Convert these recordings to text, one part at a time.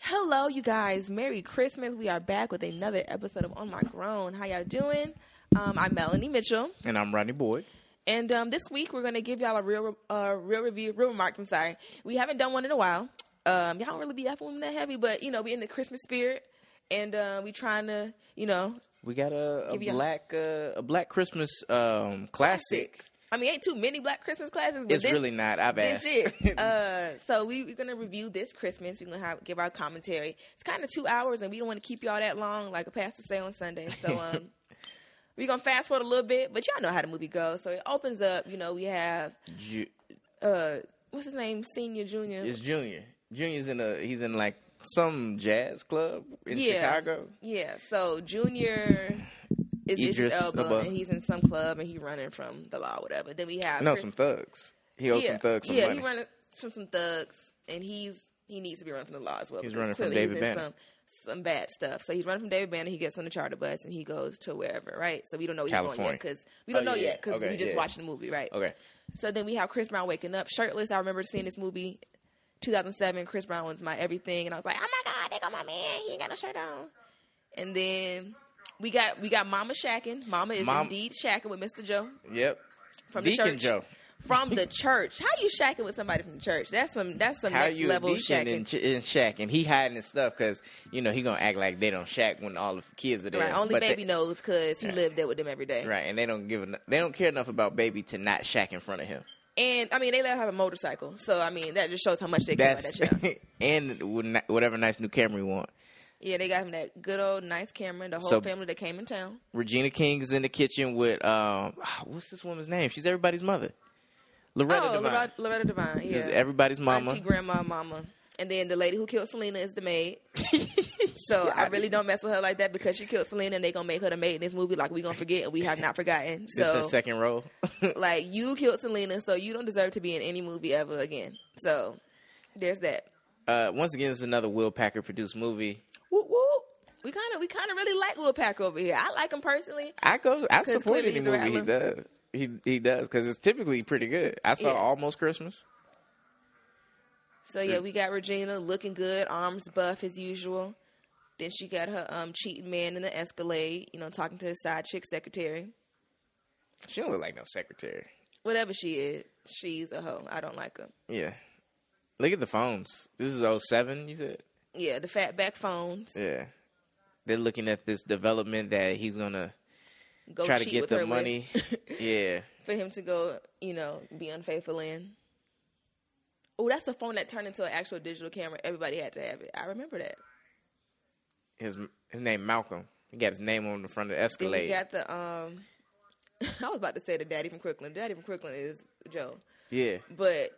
Hello, you guys. Merry Christmas. We are back with another episode of On My Grown. How y'all doing? Um, I'm Melanie Mitchell, And I'm Rodney Boyd. and um, this week we're gonna give y'all a real, re- uh, real review, real remark. I'm sorry, we haven't done one in a while. Um, y'all don't really be effing that heavy, but you know we in the Christmas spirit, and uh, we trying to, you know, We got a, a Give you a- black uh, a black Christmas um, classic. I mean, ain't too many Black Christmas classes, but It's this, really not. I've That's asked. it. Uh, so we, we're gonna review this Christmas. We're gonna have, give our commentary. It's kind of two hours, and we don't want to keep y'all that long, like a pastor say on Sunday. So um, we're gonna fast forward a little bit, but y'all know how the movie goes. So it opens up. You know, we have Ju- uh, what's his name, senior, junior. it's Junior. Junior's in a he's in like some jazz club in Yeah. Chicago. Yeah. So junior is Idris, Idris Elba, Elba. and he's in some club, and he running from the law, whatever. Then we have No, Chris- some thugs. He owes some thugs some yeah, money. he running from some thugs, and he's he needs to be running from the law as well. He's because running from clearly David he's in Banner. Some, some bad stuff. So he's running from David Banner. He gets on the charter bus and he goes to wherever, right? So we don't know where he's going California. yet because we don't Oh, know yeah, yet because okay, we just yeah. watched the movie, right? okay. So then we have Chris Brown waking up shirtless. I remember seeing this movie, 2007. Chris Brown was my everything, and I was like, oh my god, they got my man. He ain't got no shirt on. And then we got we got Mama shacking. Mama is Mom- indeed shacking with Mr. Joe Yep. from Deacon the church Joe. from the church. How you shacking with somebody from the church? That's some that's some How next you a level deacon shacking. in, ch- in shack and he hiding his stuff because you know he gonna act like they don't shack when all the kids are there. right, only but they- baby knows because he lived there with them every day. right, and they don't give enough, they don't care enough about baby to not shack in front of him. And I mean, they let him have a motorcycle, so I mean that just shows how much they care about That's that child. and with ni- whatever nice new camera you want. yeah, they got him that good old nice camera. The whole So- family that came in town. Regina King is in the kitchen with um, what's this woman's name? She's everybody's mother, Loretta oh, Devine. Loretta, Loretta Devine. Yeah, Is everybody's mama. auntie, grandma, mama, and then the lady who killed Selena is the maid. So I really don't mess with her like that because she killed Selena, and they gonna make her the maid in this movie. Like we gonna forget, and we have not forgotten. This So her second role. like you killed Selena, so you don't deserve to be in any movie ever again. So there's that. uh, once again, it's another Will Packer produced movie. Whoop whoop. We kind of we kind of really like Will Packer over here. I like him personally. I go. I 'Cause support clearly any he's a movie he does. He he does because it's typically pretty good. I saw Yes. Almost Christmas. So yeah, we got Regina looking good, arms buff as usual. Then she got her um cheating man in the Escalade, you know, talking to his side chick secretary, She don't look like no secretary. whatever she is. She's a hoe. I don't like her. Yeah. Look at the phones. This is 07, You said. Yeah, the fat back phones. Yeah. They're looking at this development that he's gonna Go try to cheat get with the her with- money. yeah. for him to go, you know, be unfaithful in. Oh, that's the phone that turned into an actual digital camera. Everybody had to have it. I remember that. his his name Malcolm. He got his name on the front of the Then we Escalade. got the um. I was about to say the daddy from Crooklyn. Daddy from Crooklyn is Joe, yeah. but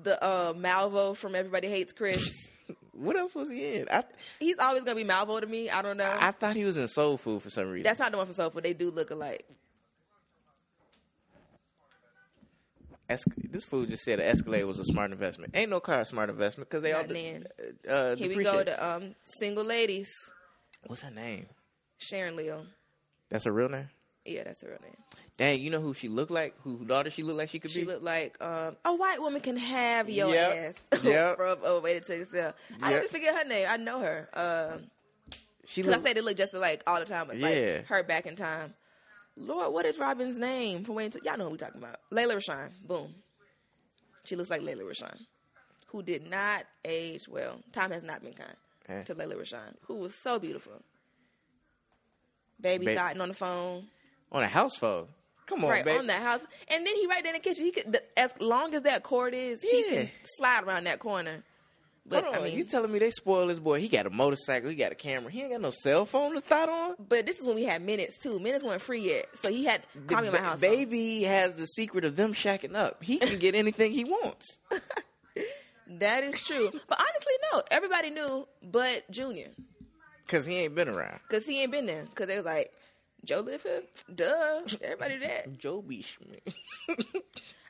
the uh, Malvo from Everybody Hates Chris. What else was he in? I He's always gonna be Malvo to me. I don't know. I thought he was in Soul Food for some reason. that's not the one from Soul Food. They do look alike. Es- this fool just said an Escalade was a smart investment. Ain't no car a smart investment because they all Not de- then. uh, Here we go depreciate. to um, single ladies. What's her name? Sharon Leo. That's her real name. Yeah, that's her real name. Dang, you know who she looked like? Who daughter she looked like she could She be? looked like um, a white woman can have your Yep. ass. Yep. Rub over it to yourself. I Yep. just forget her name. I know her. Um she 'cause looked. I say they look just alike all the time, but like Yeah. her back in time. Lord, what is Robin's name? From Wayne T- y'all know who we talking about. Layla Rashawn. Boom. She looks like Layla Rashawn, who did not age well. Time has not been kind Eh. to Layla Rashawn, who was so beautiful. Baby Ba- thotting on the phone on a house phone. Come on, right babe. on that house, and then he right there in the kitchen. He could, the, as long as that cord is, he Yeah. can slide around that corner. But Hold on, I mean, you telling me they spoil this boy? He got a motorcycle. He got a camera. He ain't got no cell phone to thought on. but this is when we had minutes too. Minutes weren't free yet, so he had The call me on my ba- house. phone. Baby has the secret of them shacking up. He can get anything he wants. that is true. but honestly, no, everybody knew, but Junior, Cause he ain't been around. because he ain't been there. Because they was like, Joe live here, duh. Everybody did that. Joby Schmidt.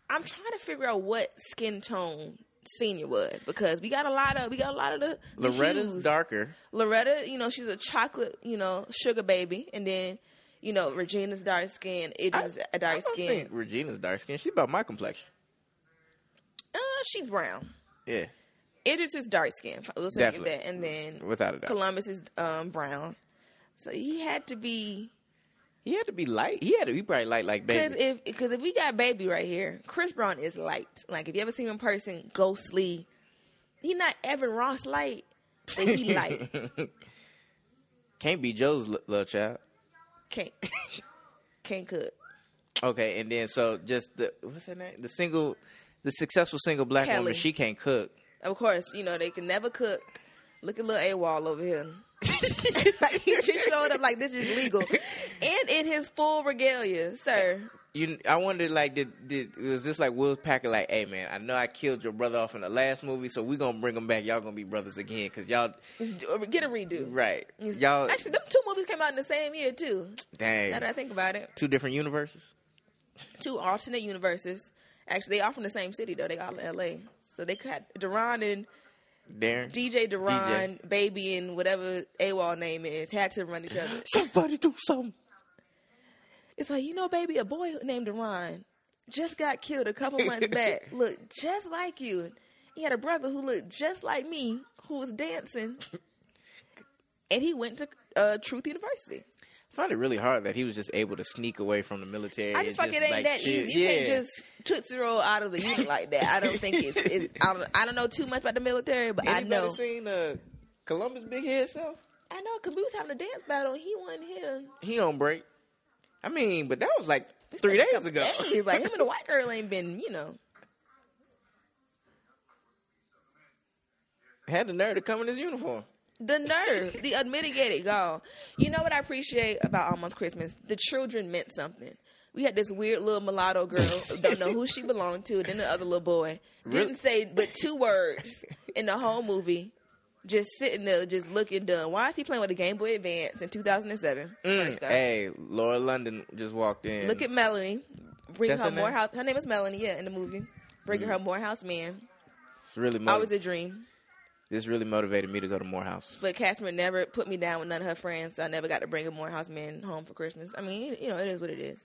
I'm trying to figure out what skin tone Senior was because we got a lot of we got a lot of the, the Loretta's hues. darker. Loretta, you know, she's a chocolate, you know, sugar baby, and then, you know, Regina's dark skin, Idris a I dark don't skin. think Regina's dark skin. She's about my complexion. Uh, she's brown, Yeah. Idris is dark skinned. We'll say Definitely. that. And then without a doubt. Columbus is um, brown. So he had to be He had to be light. He had to be probably light like because baby. if because if we got baby right here, Chris Brown is light. Like if you ever seen him in person, ghostly. He not Evan Ross light, but he light. Can't be Joe's li- little child. Can't can't cook. Okay, and then so just the what's her name? The single, the successful single black Kelly. woman. She can't cook. Of course, you know they can never cook. Look at little AWOL over here. like he just showed up like this is legal, and in his full regalia, sir. You, I wonder, like, did, did was this like Will Packer? Like, hey man, I know I killed your brother off in the last movie, so we gonna bring him back. Y'all gonna be brothers again, cause y'all, Get a redo. right? It's- Y'all, Actually, them two movies came out in the same year too. Now that I dang, think about it, two different universes. two alternate universes. Actually, they all from the same city though. They all in L.A. So they cut Duran and Darren, DJ Duran, Baby, and whatever AWOL name is had to run each other. somebody do something. It's like you know, Baby, a boy named Duran just got killed a couple months back. Looked just like you. He had a brother who looked just like me, who was dancing, and he went to uh, Truth University. I find it really hard that he was just able to sneak away from the military. I and just like it ain't like, that shit. easy. You can't Yeah. just tootsie roll out of the unit like that. I don't think it's. it's I, don't, I don't know too much about the military, but Anybody I know. seen uh, Columbus Big Head self? I know because we was having a dance battle. and He wasn't here. He on break. I mean, but that was like three Like, a days couple ago. days. like him and the white girl ain't been. You know, Had the nerve to come in his uniform. the nerve, the unmitigated gall. You know what I appreciate about almost Christmas? The children meant something. We had this weird little mulatto girl, don't know who she belonged to, then the other little boy. Didn't Really? say but two words in the whole movie. Just sitting there, just looking dumb. Why is he playing with a Game Boy Advance in 2007? Mm, First up. hey, Laura London just walked in. Look at Melanie. Bring That's her her name? Mm-hmm. Morehouse. Her name is Melanie, yeah, in the movie. Bring her Morehouse man. it's really Always motiv- a dream. this really motivated me to go to Morehouse. But Casper never put me down with none of her friends, so I never got to bring a Morehouse man home for Christmas. I mean, you know, it is what it is.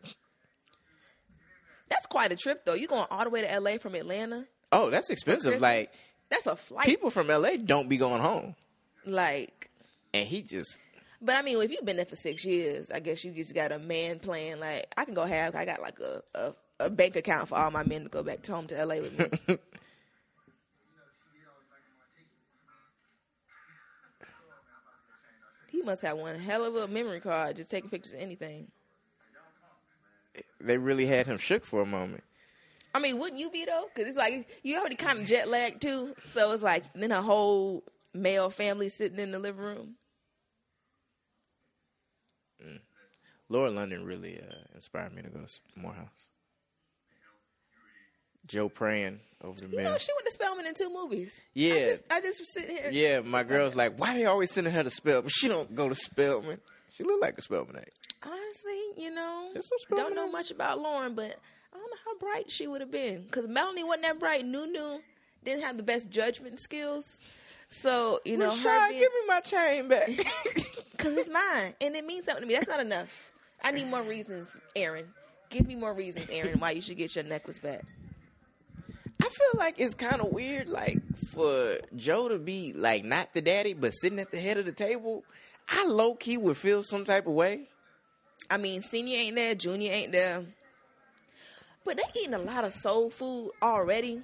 That's quite a trip, though. You going all the way to LA from Atlanta? Oh, that's expensive. Christmas? Like That's a flight. people from LA don't be going home, Like, and he just but I mean, if you've been there for six years, I guess you just got a man plan. Like, I can go have. I got like a a, a bank account for all my men to go back to home to LA with me. he must have one hell of a memory card, just taking pictures of anything. they really had him shook for a moment. I mean, wouldn't you be though? Because it's like you already kind of jet lagged too. So it's like then a whole male family sitting in the living room. Laura London really uh, inspired me to go to s- Morehouse. Joe praying over the You man. know, Oh, she went to Spelman in two movies. I yeah, just, I just sit here. yeah. My girl's like, why they always sending her to Spelman? She don't go to Spelman. She look like a Spelmanite. Honestly, you know, There's some Spelman don't know in- much about Lauren, but I don't know how bright she would have been. Because Melanie wasn't that bright. Nunu didn't have the best judgment skills. So you know, her Rashad, being, give me my chain back. Cause it's mine, and it means something to me. That's not enough. I need more reasons, Aaron. Give me more reasons, Aaron, why you should get your necklace back. I feel like it's kind of weird, like for Joe to be like not the daddy, but sitting at the head of the table. I low key would feel some type of way. I mean, senior ain't there, junior ain't there, but they eating a lot of soul food already.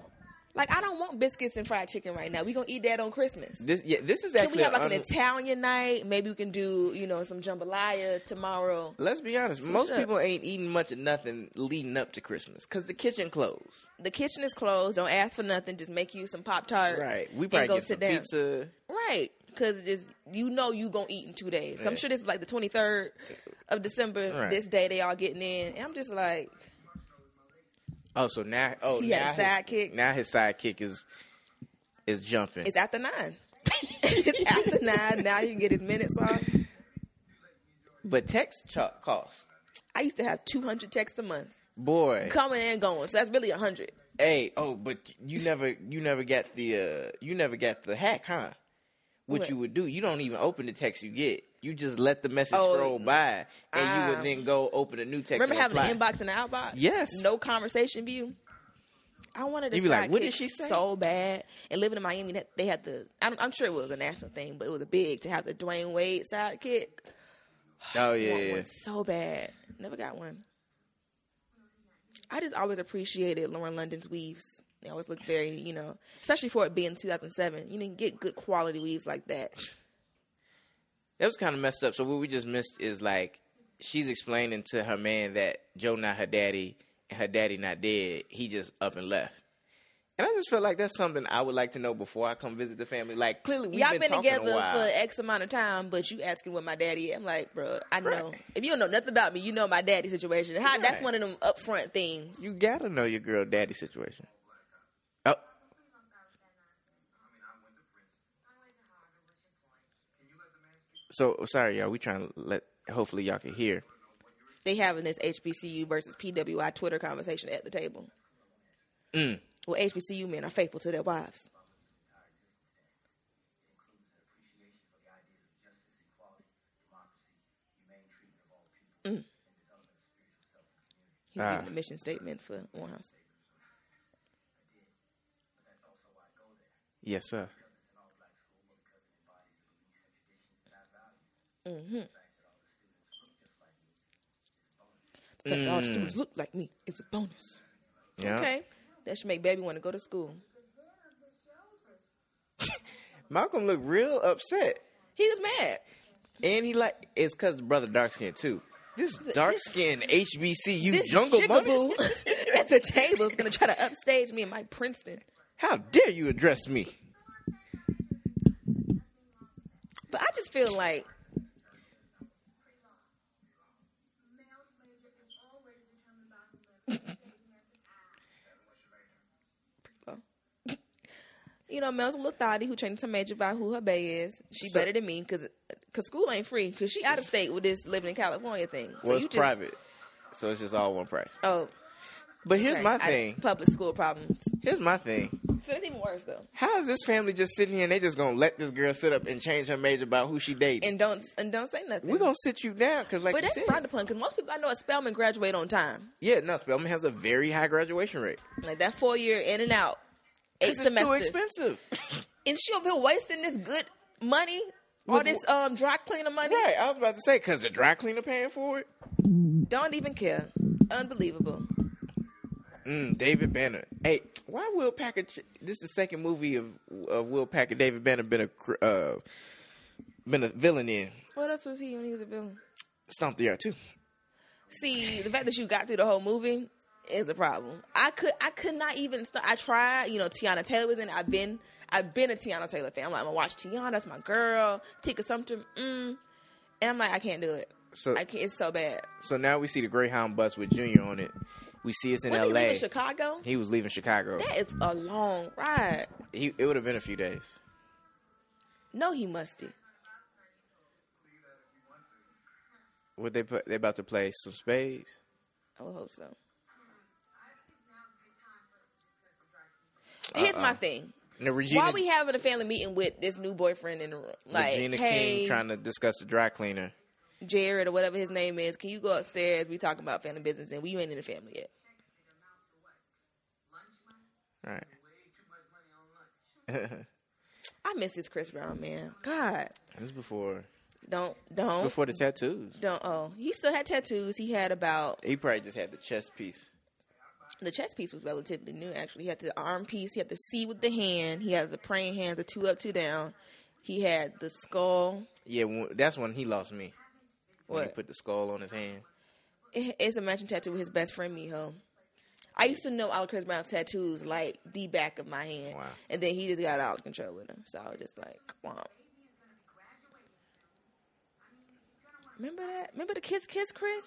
Like, I don't want biscuits and fried chicken right now. We gonna eat that on Christmas. This, yeah, this is Can we actually. have like an an un- Italian night? Maybe we can do, you know, some jambalaya tomorrow. Let's be honest. most up. people ain't eating much of nothing leading up to Christmas because the kitchen closed. The kitchen is closed. Don't ask for nothing. Just make you some Pop Tarts. Right. We and probably go get sit some down. pizza. Right. Because just you know you gonna eat in two days. 'Cause I'm Right. sure this is like the 23rd of December. Right. This day they all getting in, and I'm just like, Oh, so now oh He now had a his, sidekick. now his sidekick is is jumping. it's after nine. it's after nine. Now you can get his minutes off. but text ch- cost I used to have 200 texts a month boy. coming and going, so that's really 100. Hey, oh, but you never you never got the uh you never got the hack, huh? What, What? you would do, you don't even open the text you get. You just let the message Oh, scroll by, and you ah. would then go open a new text. Remember and having an reply. inbox and an outbox? Yes. No conversation view. I wanted to You be like, what did sidekick she say? so bad. And living in Miami, that- they had the. I'm, I'm sure it was a national thing, but it was big to have the Dwayne Wade sidekick. Oh I just yeah, want yeah. one so bad. Never got one. I just always appreciated Lauren London's weaves. They always look very, you know, especially for it being 2007. You didn't get good quality weaves like that. that was kind of messed up. So what we just missed is like she's explaining to her man that Joe not her daddy and her daddy not dead. He just up and left. And I just feel like that's something I would like to know before I come visit the family. Like clearly we've Y'all been, been, talking together a while. for X amount of time, but you asking what my daddy. Is. I'm like, bro, I know. If you don't know nothing about me, you know my daddy situation. How, That's Right. one of them upfront things. You gotta know your girl daddy situation. Oh, so sorry y'all. We trying to let. Hopefully y'all can hear. They having this HBCU versus PWI Twitter conversation at the table. Mm. Well, HBCU men are faithful to their wives. Mm. He's Ah. giving a mission statement for Morehouse. Yes, sir. Mm-hmm. That all the students look like me. It's a bonus. Mm. Yeah. Okay, that should make baby want to go to school. Malcolm looked real upset. He was mad. And he like it's cause the brother dark skin too. This dark skin HBCU This jungle bunny. jigaboo at the table is gonna try to upstage me and Mike Princeton. How dare you address me? But I just feel like you know, Mel's a little thotty who trained to major by who her bae is. She So- better than me because cause school ain't free because she out of state with this living in California thing. So Well, it's you just- private, so it's just all one price. Oh, But here's okay. my I- thing. public school problems. Here's my thing. So that's even worse though. How is this family just sitting here and they just gonna let this girl sit up and change her major about who she dated? And don't and don't say nothing. We're gonna sit you down because, like, but you that's said, frowned upon because most people I know at Spelman graduate on time. yeah, no, Spelman has a very high graduation rate. Like that four year in and out, eight This is too semesters, expensive. and she'll be wasting this good money, all With this um dry cleaner money. right? I was about to say because the dry cleaner paying for it. Don't even care. Unbelievable. Mm, David Banner. Hey, why Will Packer? This is the second movie of of Will Packer. David Banner been a cr- uh, been a villain in What else was he when he was a villain? Stomp the Yard too. See, the fact that you got through the whole movie is a problem. I could I could not even start I tried, you know, Tiana Taylor was in it. I've been I've been a Tiana Taylor fan. I'm like, I'm gonna watch Tiana, that's my girl. Tika Sumpter, mm. And I'm like, I can't do it. So I can't, it's so bad. so now we see the Greyhound bus with Junior on it. We see it's in When they L.A. leave in Chicago, he was leaving Chicago. that is a long ride. He, it would have been a few days. No, he musty. What they put? They about to play some spades. I would hope so. Here's Uh-uh. my thing. And the Regina, Why we having a family meeting with this new boyfriend in the room? Like, Regina hey, King trying to discuss the dry cleaner. Jared or whatever his name is, can you go upstairs? We talking about family business and we ain't in the family yet. All right. I miss this Chris Brown man. God, this is before don't don't before the tattoos. don't. Oh, he still had tattoos. He had about He probably just had the chest piece. the chest piece was relatively new. Actually, he had the arm piece. He had the C with the hand. He has the praying hands, the two up, two down. He had the skull. Yeah, when, that's when he lost me. When he What? put the skull on his hand. It- It's a matching tattoo with his best friend Miho. I used to know all of Chris Brown's tattoos like the back of my hand, Wow. and then he just got out of control with them. So I was just like, "Wow." Remember that? Remember the kiss, kiss, Chris?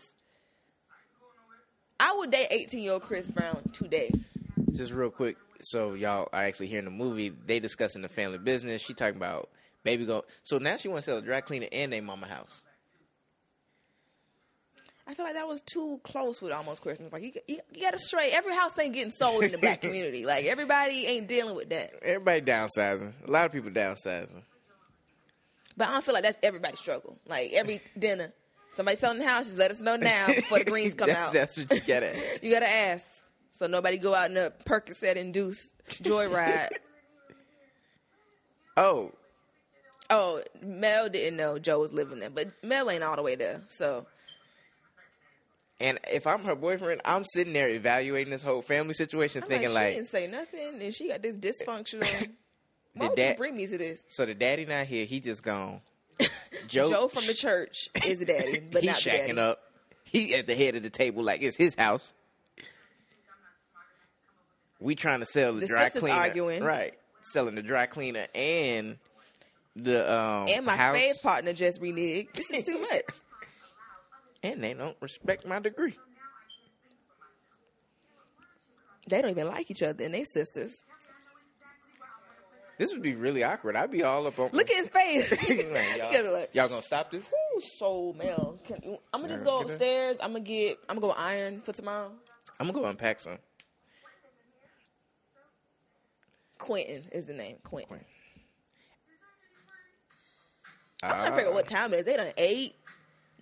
I would date eighteen-year-old Chris Brown today. Just real quick, so y'all are actually hearing the movie. They discussing the family business. She talking about baby go. So now she want to sell a dry cleaner and a mama house. I feel like that was too close with almost Christmas. Like you, you, you got to straight. Every house ain't getting sold in the black community. Like everybody ain't dealing with that. Everybody downsizing. A lot of people downsizing. But I don't feel like that's everybody's struggle. Like every dinner, somebody selling the house, just let us know now before the greens come that's, out. That's what you gotta. You gotta ask. So nobody go out in a Percocet induced joyride. Oh, oh, Mel didn't know Joe was living there, but Mel ain't all the way there. So and if I'm her boyfriend, I'm sitting there evaluating this whole family situation, I'm thinking like, she like, didn't say nothing, and she got this dysfunctional. Why Did would you that- bring me to this? so the daddy not here, he just gone. Joe, Joe from the church is the daddy, but he's not the shacking daddy. up. He at the head of the table like it's his house. We trying to sell the, The dry sisters cleaner, arguing. right? Selling the dry cleaner and the um And my house, space partner just reneged. This is too much. and they don't respect my degree. they don't even like each other and they sisters. This would be really awkward. I'd be all up on Look at his face. Like, He y'all, gotta like, y'all gonna stop this? Ooh, so Mel. Can you, I'm gonna just go Girl, get up. upstairs. I'm gonna get. I'm gonna go iron for tomorrow. I'm gonna go unpack some. Quentin is the name. Quentin. Quentin. I'm trying to figure out what Ah. time it is. They done ate.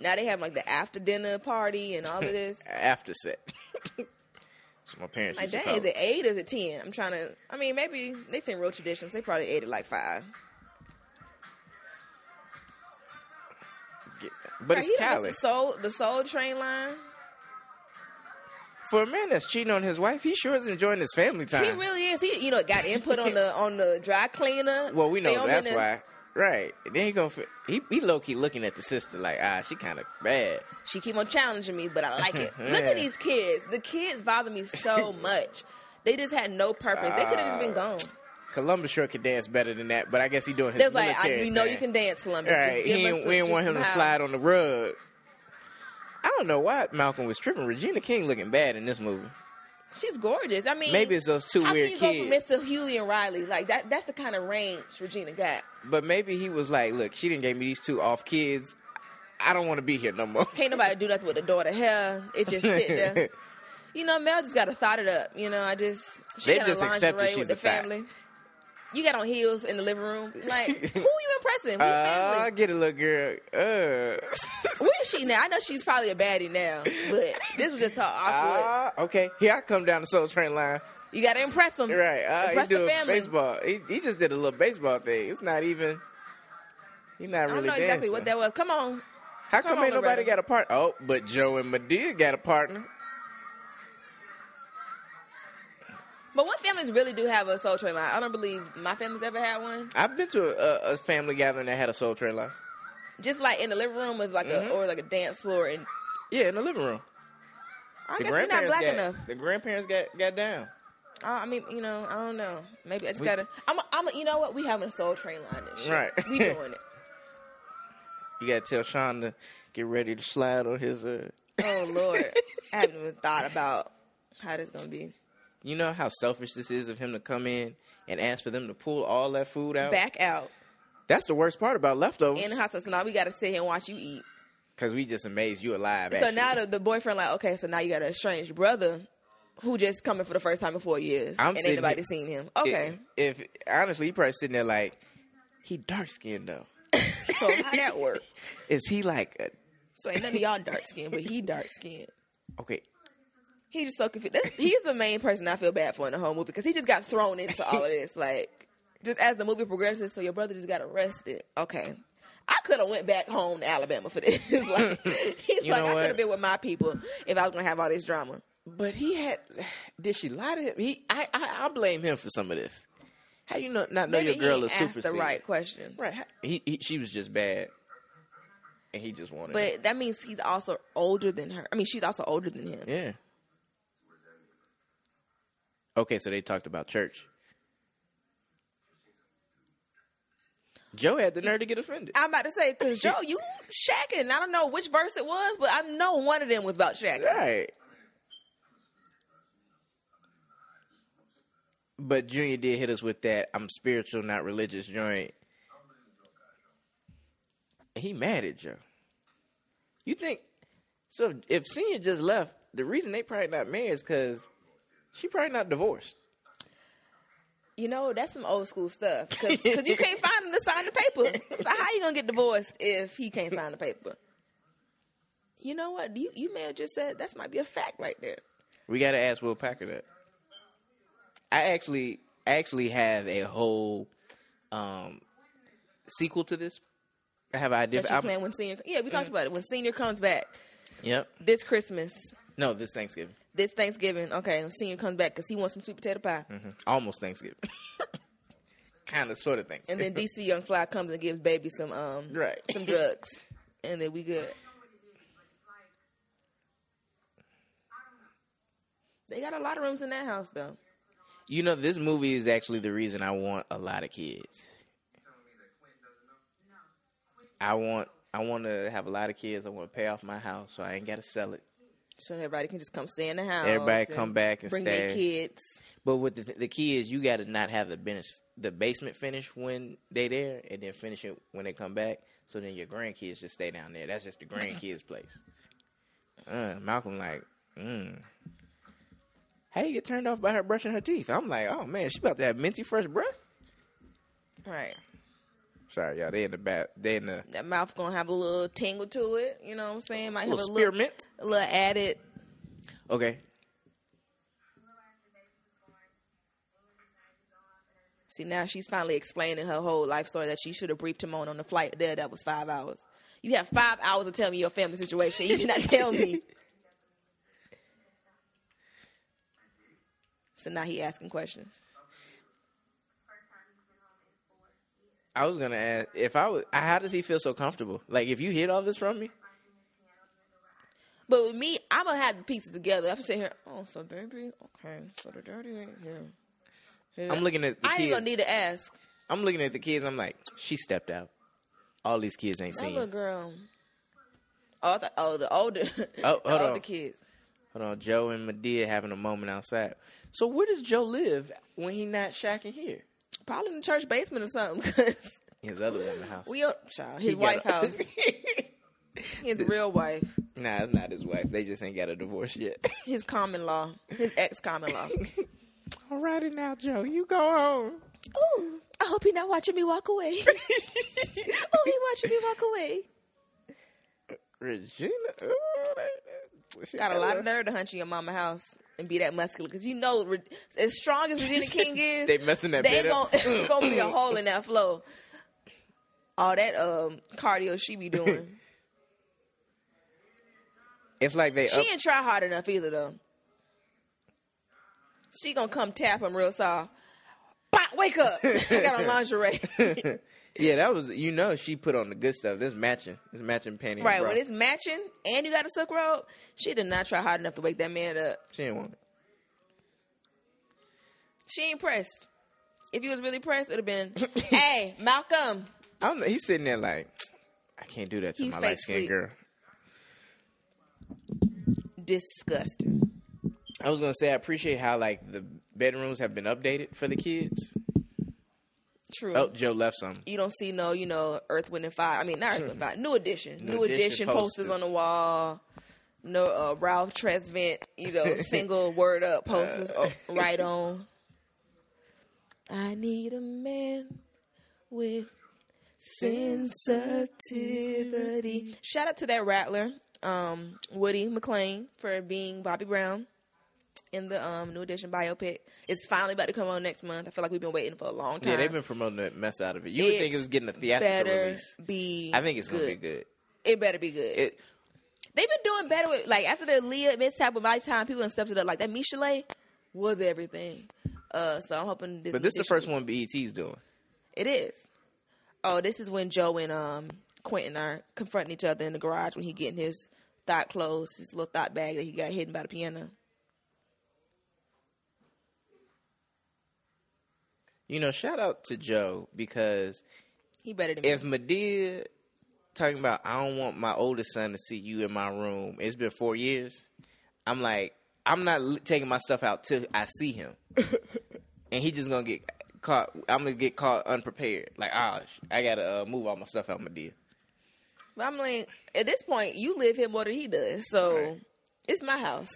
Now they have like the after dinner party and all of this. Uh, after set. so my parents Like, used to dang, call is it eight or is it ten? I'm trying to. I mean, maybe they seem real traditions. They probably ate at like five. it- get- But Like, it's he done Cali. missed The soul, the soul train line. For a man that's cheating on his wife, he sure is enjoying his family time. He really is. He, you know, got input on the on the dry cleaner. well, we know filming that's the- why. Right. Then he gonna fi- he, he low key looking at the sister like, ah, she kind of bad. She keep on challenging me, but I like it. Look at these kids. The kids bother me so much. They just had no purpose. They could have just been gone. Ah. Columbus sure could dance better than that, but I guess he doing his They was like, I, military we know thing. you can dance, Columbus. Just Right. He give us ain't, a- we didn't want just him to smile. slide on the rug. I don't know why Malcolm was tripping. Regina King looking bad in this movie. She's gorgeous. I mean, Maybe it's those two how weird can you kids. go from Mr. Huey and Riley? Like that. That's the kind of range Regina got. But maybe he was like, look, she didn't give me these two off kids. I don't want to be here no more. Can't nobody do nothing with the daughter. Hell, it just sit there. You know, Mel just got to thought it up. You know, I just she They got just a accept that lingerie she's with a the fat. family. You got on heels in the living room. Like, who you impressing? We family. uh, get it, little girl. Uh. Where is she now? I know she's probably a baddie now, but this was just her awkward. Ah, okay. Here I come down the Soul Train line. you gotta impress them. Right. Uh, impress he the doing family. baseball. He, he just did a little baseball thing. It's not even. He's not I don't really know exactly dancing. what that was. Come on. How come come, on, ain't nobody Loretta. got a partner? Oh, but Joe and Medea got a partner. But what families really do have a soul train line? I don't believe my family's ever had one. I've been to a, a, a family gathering that had a Soul Train line. Just like in the living room was like Mhm. a or like a dance floor and Yeah, in the living room. I the guess we're not grandparents black got, enough. The grandparents got, got down. I I mean, you know, I don't know. Maybe I just We- gotta. I'm. A, I'm. A, you know what? We having a soul train line this shit. Right. We doing it. You gotta tell Sean to get ready to slide on his. Uh, Oh Lord, I haven't even thought about how this gonna be. you know how selfish this is of him to come in and ask for them to pull all that food out. Back out That's the worst part about leftovers. in the house. So now we gotta sit here and watch you eat. Because we just amazed you alive. So actually. now the, the boyfriend like, okay, so now you got an estranged brother who just coming for the first time in four years, I'm and ain't sitting nobody here- seen him. Okay, If, if- honestly, he probably sitting there like, he dark skinned though. so how that work? Is he like, uh, So ain't none of y'all dark skinned, but he dark skinned. okay? He just so confused. That's, he's the main person I feel bad for in the whole movie because he just got thrown into all of this. Like, just as the movie progresses, so your brother just got arrested. Okay, I could have went back home to Alabama for this. like, he's You like, know I what? could have been with my people if I was gonna have all this drama. But he had. Did she lie to him? He, I, I, I blame him for some of this. How you know, not know Maybe your girl he is ain't super asked the senior? right questions. Right. how- He, he, she was just bad, and he just wanted. it. But that means he's also older than her. I mean, she's also older than him. Yeah. Okay, so they talked about church. Joe had the nerve to get offended. I'm about to say, because Joe, you shacking. I don't know which verse it was, but I know one of them was about shacking. Right. But Junior did hit us with that I'm spiritual, not religious joint. And He mad at Joe. You think so if, if Senior just left, the reason they probably not married is cause she probably not divorced. You know, that's some old school stuff. Because you can't find him to sign the paper. So how you going to get divorced if he can't sign the paper? You know what? You, you may have just said that might be a fact right there. We gotta ask Will Packer that. I actually actually have a whole um sequel to this. I have an idea. That you I'm- Mm. plan when senior. Yeah, we talked about it. When senior comes back Yep. this Christmas, No, this Thanksgiving. this Thanksgiving. Okay, when senior comes back because he wants some sweet potato pie. hmm Almost Thanksgiving. kind of, sort of And Thanksgiving. then DC Young Fly comes and gives baby some um Right. some drugs, and then we good. They got a lot of rooms in that house though. you know, this movie is actually the reason I want a lot of kids. I want I want to have a lot of kids. I want to pay off my house, so I ain't got to sell it. So everybody can just come stay in the house. Everybody and come back and bring their stay. kids. But with the, the key is you got to not have the finish, the basement finish when they there, and then finish it when they come back. So then your grandkids just stay down there. That's just the grandkids' place. Uh, Malcolm like, mm. how you get turned off by her brushing her teeth? I'm like, oh man, she about to have minty fresh breath. Right. Sorry, y'all. They in the bath. They in the That mouth gonna have a little tingle to it. You know what I'm saying? Might have a little little, spearmint. a little added Okay, See, now she's finally explaining her whole life story that she should have briefed Timon on the flight there that was five hours. You have five hours to tell me your family situation. You did not tell me. so now he asking questions. I was gonna ask if I was. How does he feel so comfortable? Like if you hid all this from me, But with me, I'm going to have the pieces together. I'm sitting here, oh, so baby, okay, so the dirty ain't here. Yeah. I'm looking at the I ain't kids. going to need to ask. I'm looking at the kids. I'm like, she stepped out. All these kids ain't That seen. little girl. Oh, I thought- oh the older, Oh, the hold older on. kids. Hold on, Joe and Medea having a moment outside. So where does Joe live when he not shacking here? Probably in the church basement or something. 'cause His other woman's house. we, don't- child, his He wife got a- house. His real wife, nah, it's not his wife. They just ain't got a divorce yet. his common law, his ex common law. Alrighty now, Joe, you go home. Ooh, I hope he's not watching me walk away. oh, he watching me walk away. Regina, ooh, that- she Got a lot of nerve to hunt you in your mama house and be that muscular because you know Re- as strong as Regina King is, They messing that they bed gonna, up. it's gonna be a hole in that flow. All that um cardio she be doing. It's like they She up. ain't try hard enough either though. She gonna come tap him real soft. Bah, wake up! I got on lingerie. yeah, that was you know she put on the good stuff. This matching, this matching panty. and Right, bra. when it's matching and you got a silk robe, she did not try hard enough to wake that man up. she ain't want it. She ain't pressed. If you was really pressed, it'd have been, hey, Malcolm. I don't know. He's sitting there like, I can't do that to He my fake light skinned sleep. girl. Disgusting. I was gonna say I appreciate how like the bedrooms have been updated for the kids. True. Oh, Joe left some. You don't see no, you know, Earth, Wind, and Fire. I mean, not Earth, Wind, and Fire. New Edition. New, Hmm. New Edition, Edition posters. posters. on the wall. No uh, Ralph Tresvant, you know, single word up posters uh, right on. I need a man with sensitivity. Shout out to that rattler, um, Woody McLean, for being Bobby Brown in the um, New Edition biopic. It's finally about to come on next month. I feel like we've been waiting for a long time. Yeah, they've been promoting the mess out of it. You would think it It's was getting a theatrical better release. be. I think it's good. gonna be good. It better be good. It They've been doing better with like after the Leah mishap with Lifetime, people and stuff it up like that. Michelet was everything. Uh, so I'm hoping this. but this is the edition- first one BET's doing. It is. Oh, this is when Joe and um Quentin are confronting each other in the garage when he getting his thought clothes, his little thought bag that he got hidden by the piano. You know, shout out to Joe because He better than if me. Medea talking about I don't want my oldest son to see you in my room. It's been four years. I'm like I'm not l- taking my stuff out till I see him, and he just gonna get caught. I'm gonna get caught unprepared. Like ah, sh- I gotta uh, move all my stuff out, Medea. But I'm like, at this point, you live here more than he does, so Right. it's my house.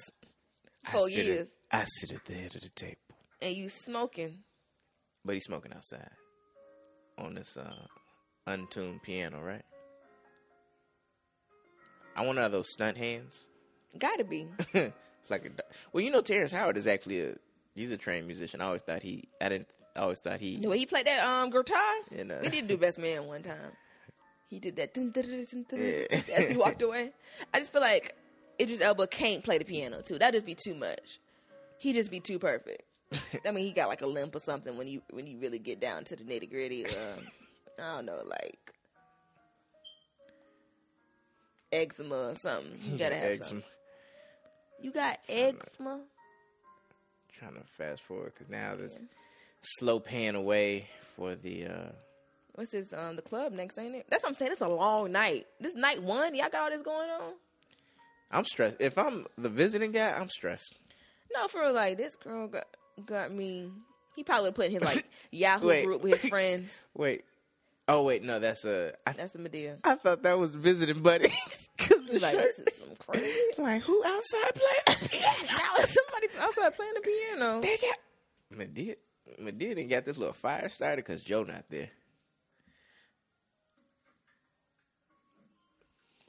Four years, I sit at the head of the table, and you smoking. but he's smoking outside on this uh, untuned piano, right? I want one of those stunt hands. Gotta be. I It's like a do- well, you know, Terrence Howard is actually a he's a trained musician. I always thought he I didn't I always thought he The way he played that um guitar, And, uh, we did do Best Man one time. He did that dun, dun, dun, dun, dun, Yeah. as he walked away. I just feel like Idris Elba can't play the piano too. That'd just be too much. He just be too perfect. I mean, he got like a limp or something when you when you really get down to the nitty gritty. Um, I don't know, like eczema or something. You gotta have Eczema. something. You got eczema. trying to fast forward because now this slow pan away for the uh What's this? Um, the club next, ain't it? That's what I'm saying. It's a long night. This night one, y'all got all this going on. I'm stressed. If I'm the visiting guy, I'm stressed. No, for real, like this girl got, got me. He probably would put in his like Yahoo Wait. group with his friends. Wait. Oh wait, no, that's a. I, That's the Medea. I thought that was visiting buddy. Cause the He's like, shirt. this is some crazy. Like who outside playing? now it's somebody from outside playing the piano. they got Medea. Medea didn't got this little fire starter because Joe not there.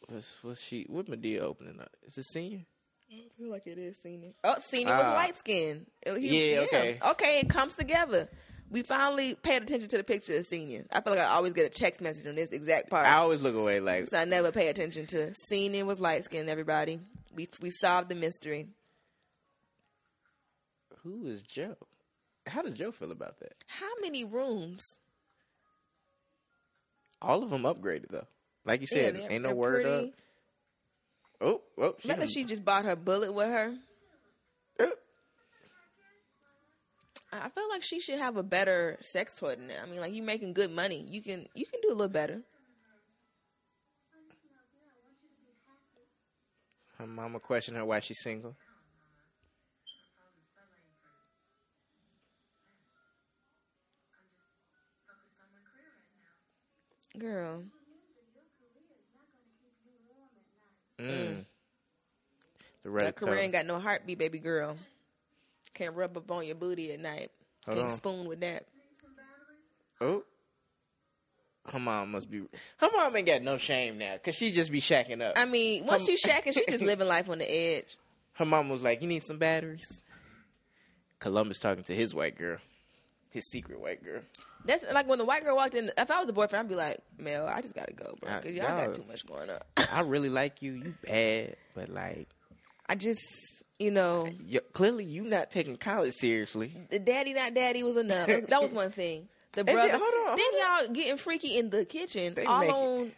What's what's she? What Medea opening up? Is it senior? I feel like it is Cena. Oh, Cena was Ah. light skinned. Yeah, okay. Okay, it comes together. We finally paid attention to the picture of Cena. I feel like I always get a text message on this exact part. I always look away like So I never pay attention to. Cena was light skinned, everybody. We we solved the mystery. who is Joe? How does Joe feel about that? How many rooms? All of them upgraded though. Like you said, they're- ain't no they're word pretty. up. Oh, oh, she, Not done- that she just bought her bullet with her. oh. I feel like she should have a better sex toy than that. I mean, like you making good money, you can you can do a little better. Her mama questioned her why she's single. Girl, Mm. The that red career ain't got no heartbeat, baby girl. Can't rub up on your booty at night. Hold Can't on. spoon with that. Oh. Her mom must be. Her mom ain't got no shame now, cause she just be shacking up. I mean, once Um, she's shacking, she just living life on the edge. her mom was like, "You need some batteries." Columbus talking to his white girl, his secret white girl. That's like when the white girl walked in. If I was a boyfriend, I'd be like, "Mel, I just gotta go, bro, Uh, because y'all y'all- got too much going on." I really like you. You bad, but like, I just, you know, you, clearly you not taking college seriously. the daddy not daddy was enough. That was one thing. The then- brother. hold then on, hold y'all getting freaky in the kitchen, They all make it- on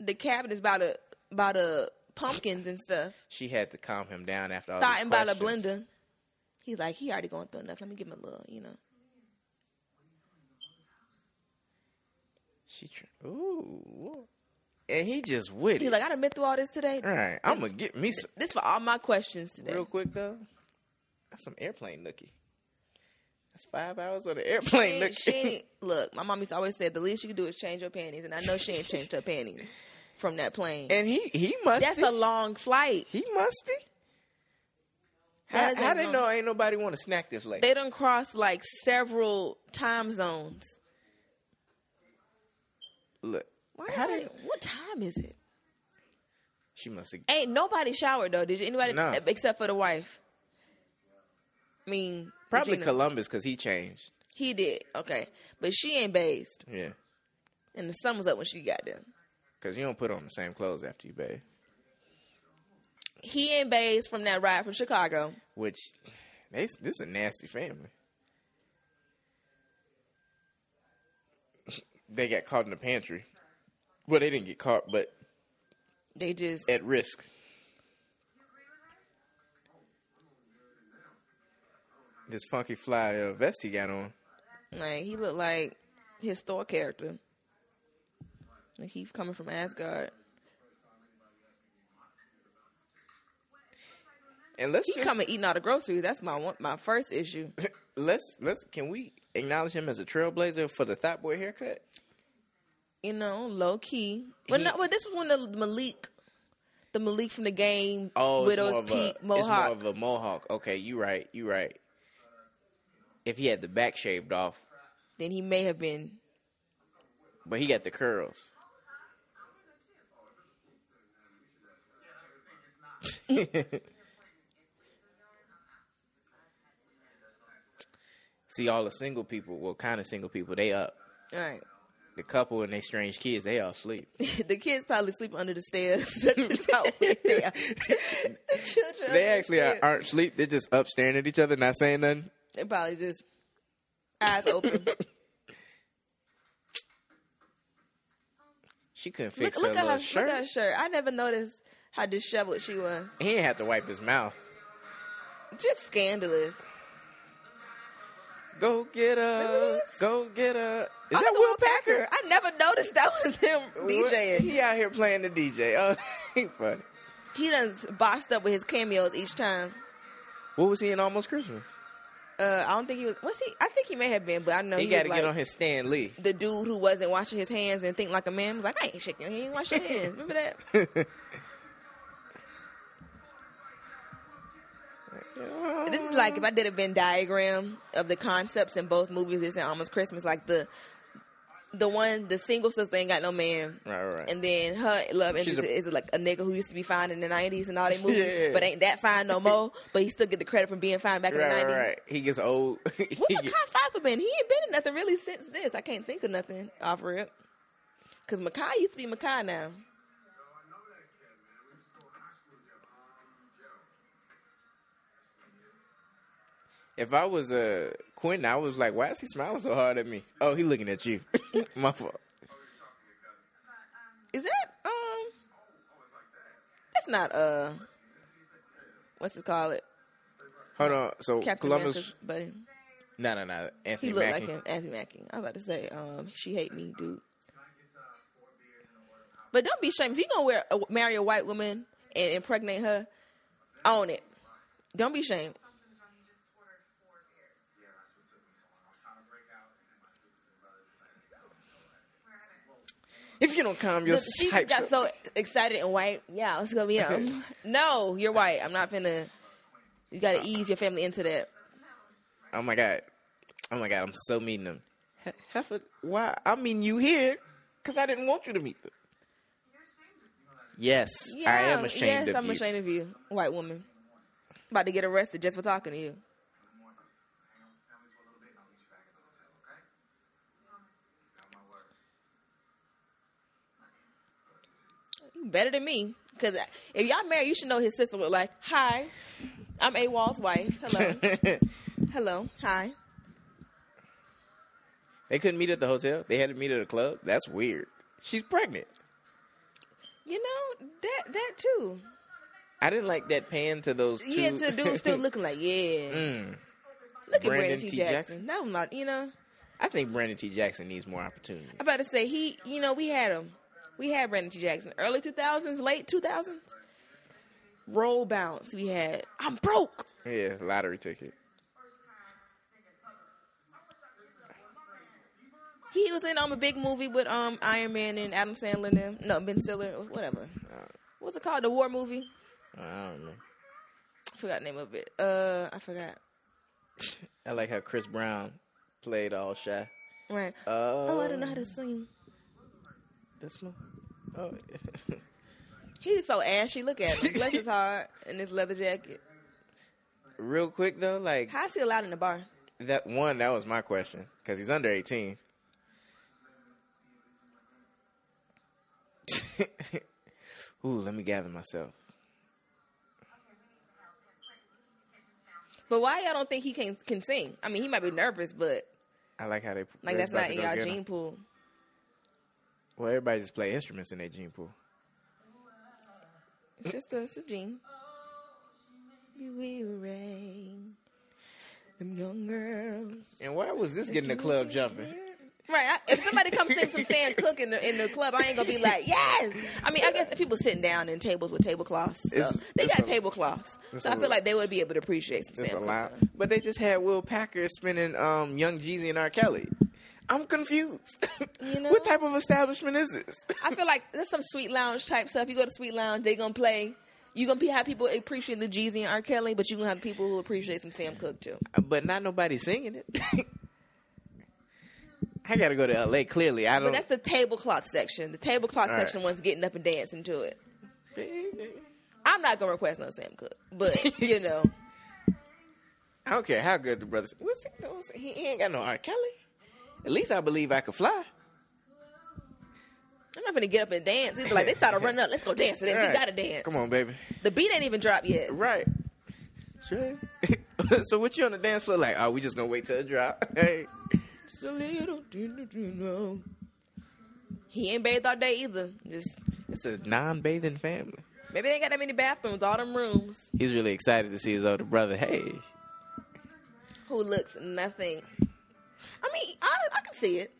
the cabinets by the by the pumpkins and stuff, She had to calm him down after all. starting these by the questions. blender. He's like, he already going through enough. Let me give him a little, you know. She, tr- ooh, and he just with He's it. like, I done been through all this today. all right, I'm gonna get me some. This for all my questions today. Real quick though, that's some airplane nookie. That's five hours on the She airplane ain't- she nookie. ain't- look, my mom used to always say the least you can do is change your panties, and I know she ain't changed her panties from that plane. and he he musty. That's a long flight. he musty. That How, is a how they long- know ain't nobody want to snack this late? They done crossed like several time zones. Look, Why how nobody- they? what time is it? She must have. Ain't nobody showered though. Did you? Anybody No. except for the wife? I mean, Probably Regina. Columbus because he changed. he did. Okay, but she ain't bathed, Yeah, and the sun was up when she got there. because you don't put on the same clothes after you bathe. He ain't bathed from that ride from Chicago. Which, they, this is a nasty family. They got caught in the pantry. Well, they didn't get caught, but They just at risk. This funky fly uh, vest he got on. like he looked like his Thor character. Like he coming from Asgard. And let's He just coming eating all the groceries. That's my one, my first issue. let's let's can we acknowledge him as a trailblazer for the thought boy haircut? You know, low key. But He- no, but this was when the Malik, the Malik from the game, Oh, Widow's it's more of Peak a, Mohawk. It's more of a mohawk. Okay, you right, you right. If he had the back shaved off, then he may have been but he got the curls. See, all the single people, well, kind of single people, they up. All right. The couple and they strange kids, they all sleep. the kids probably sleep under the stairs. Such as how weak they are. the children. under They the actually are, stairs. aren't sleep. They're just up staring at each other, not saying nothing. They probably just eyes open. She couldn't look, fix look her at her. little shirt. Look at her shirt. I never noticed how disheveled she was. He didn't have to wipe his mouth. Just scandalous. Go get her. Remember this? Go get her. Is Oh, that the Will Packer? I never noticed that was him What? DJing. He out here playing the DJ. Oh, he funny. He done bossed up with his cameos each time. What was he in Almost Christmas? Uh, I don't think he was. Was he? I think he may have been, but I know he he, got to was like get on his Stan Lee. the dude who wasn't washing his hands and think like a man. Was like, I ain't shaking. He ain't washing his hands. Remember that? This is like if I did a Venn diagram of the concepts in both movies. It's in Almost Christmas. Like the the one, the single sister ain't got no man. right, right. And then her love She's interest is like a nigga who used to be fine in the nineties and all they movies, Yeah. but ain't that fine no more. But he still get the credit for being fine back in right, the right, nineties. right. He gets old. He What was get- Kai Pfeiffer been? He ain't been in nothing really since this. I can't think of nothing off rip. Cause Makai used to be Makai now. if I was uh, Quentin, I was like, why is he smiling so hard at me? Oh, he looking at you. My fault. Is that um? That's not uh. What's it called? It Hold on. So Captain Columbus. America's buddy. No, no, no. Anthony He looked Mackie. like him, Anthony Mackie. I was about to say, um, she hate me, dude. But don't be ashamed. If you gonna wear, uh, marry a white woman and impregnate her, own it. Don't be ashamed. If you don't calm your Look, she just hype got up- so excited and white. Yeah, let's go be um. no, you're white. I'm not finna. You gotta ease your family into that. Oh my god. Oh my god, I'm so meeting them. He- Heifer, why? I mean you here because I didn't want you to meet them. Yes, Yeah, I am ashamed yes, of I'm you. ashamed of you, white woman. About to get arrested just for talking to you. You Better than me, because if y'all married, you should know his sister look like. Hi, I'm A Wall's wife. Hello, hello, hi. they couldn't meet at the hotel. They had to meet at a club. That's weird. She's pregnant. You know that that too. I didn't like that pan to those two. Yeah, to dude still looking like yeah. Mm. Look at Brandon Brandon T. T. Jackson. Jackson. That was not, you know. I think Brandon T. Jackson needs more opportunity. I'm about to say he, you know, we had him. We had Brandon T. Jackson. Early 2000s, late 2000s. Roll bounce. We had. I'm broke. Yeah, lottery ticket. He was in um a big movie with um Iron Man and Adam Sandler and them. No, Ben Stiller. Whatever. What's it called? The war movie. Uh, I don't know. I forgot the name of it. Uh, I forgot. I like how Chris Brown played all shy. Right. Oh, oh, I don't know how to sing. This one. Oh, He's so ashy. Look at him. Bless his heart and his leather jacket. real quick though, like How's he allowed in the bar? That one, that was my question because he's under eighteen. Ooh, let me gather myself. But why y'all don't think he can can sing? I mean, he might be nervous, but I like how they like they're that's about not to in go y'all get him. gene pool. Well, everybody just play instruments in their gene pool. It's just a, it's a gene. You will rain. Them young girls. And why was this getting the club jumping? Right. I, if somebody comes in some Sam Cook in the in the club, I ain't gonna be like, yes. I mean, I guess if people sitting down in tables with tablecloths, so It's- they it's got a- tablecloths, it's so I a- feel like they would be able to appreciate some It's a Sam lot. Cooke. But they just had Will Packer spinning um, Young Jeezy and R. Kelly. I'm confused. You know? what type of establishment is this? I feel like that's some sweet lounge type stuff. You go to sweet lounge, they gonna play. You gonna be have people appreciate the Jeezy and R. Kelly, but you gonna have people who appreciate some Sam Cook too. but not nobody singing it. I gotta go to L.A. Clearly, I But don't. that's the tablecloth section. The tablecloth Oh. All right. section one's getting up and dancing to it. I'm not gonna request no Sam Cook, but you know, I don't care how good the brothers. What's he, what's he, he ain't got no R. Kelly. At least I believe I could fly. I'm not gonna get up and dance. He's like, they started running up. Let's go dance to this. Right. We gotta dance. Come on, baby. The beat ain't even dropped yet. Right. Sure. so what you on the dance floor like? Oh, we just gonna wait till it drop. Hey. Just a little. do, do, do, no. He ain't bathed all day either. Just It's a non-bathing family. maybe they ain't got that many bathrooms, all them rooms. He's really excited to see his older brother. Hey, Who looks nothing. I mean, I, I can see it.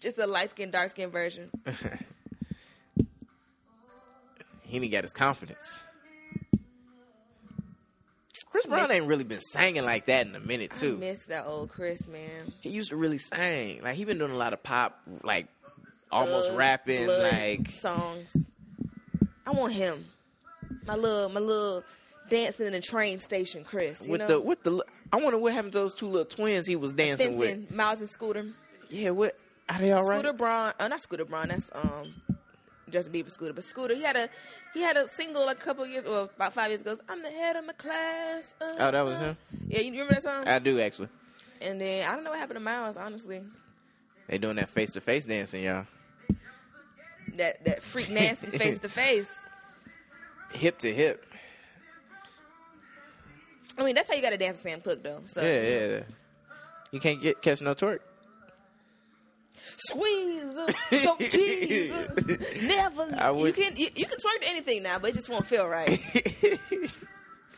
Just a light skinned, dark skinned version. he done got his confidence. Chris Brown ain't really been singing like that in a minute I too. miss that old Chris, man. he used to really sing. Like he been doing a lot of pop, like almost Blood- rapping, blood like songs. I want him. My little, my little dancing in the train station, Chris. You with know? the with the. I wonder what happened to those two little twins he was dancing with. Thinking Miles and Scooter. Yeah, what are they all right? Scooter Braun, uh, not Scooter Braun. That's um, Justin Bieber Scooter, but Scooter. He had a he had a single a couple years, well, about five years ago. It's, I'm the head of my class. uh, Oh, that was uh." him? Yeah, you remember that song? I do actually. and then I don't know what happened to Miles. Honestly, They doing that face to face dancing, y'all. that that freak nasty face to face. Hip to hip. I mean, that's how you got to dance to Sam Cooke, though. So Yeah, yeah. yeah. You can't get catch no torque. squeeze, 'em, don't tease, 'em, never. I would- You can you, you can twerk to anything now, but it just won't feel right.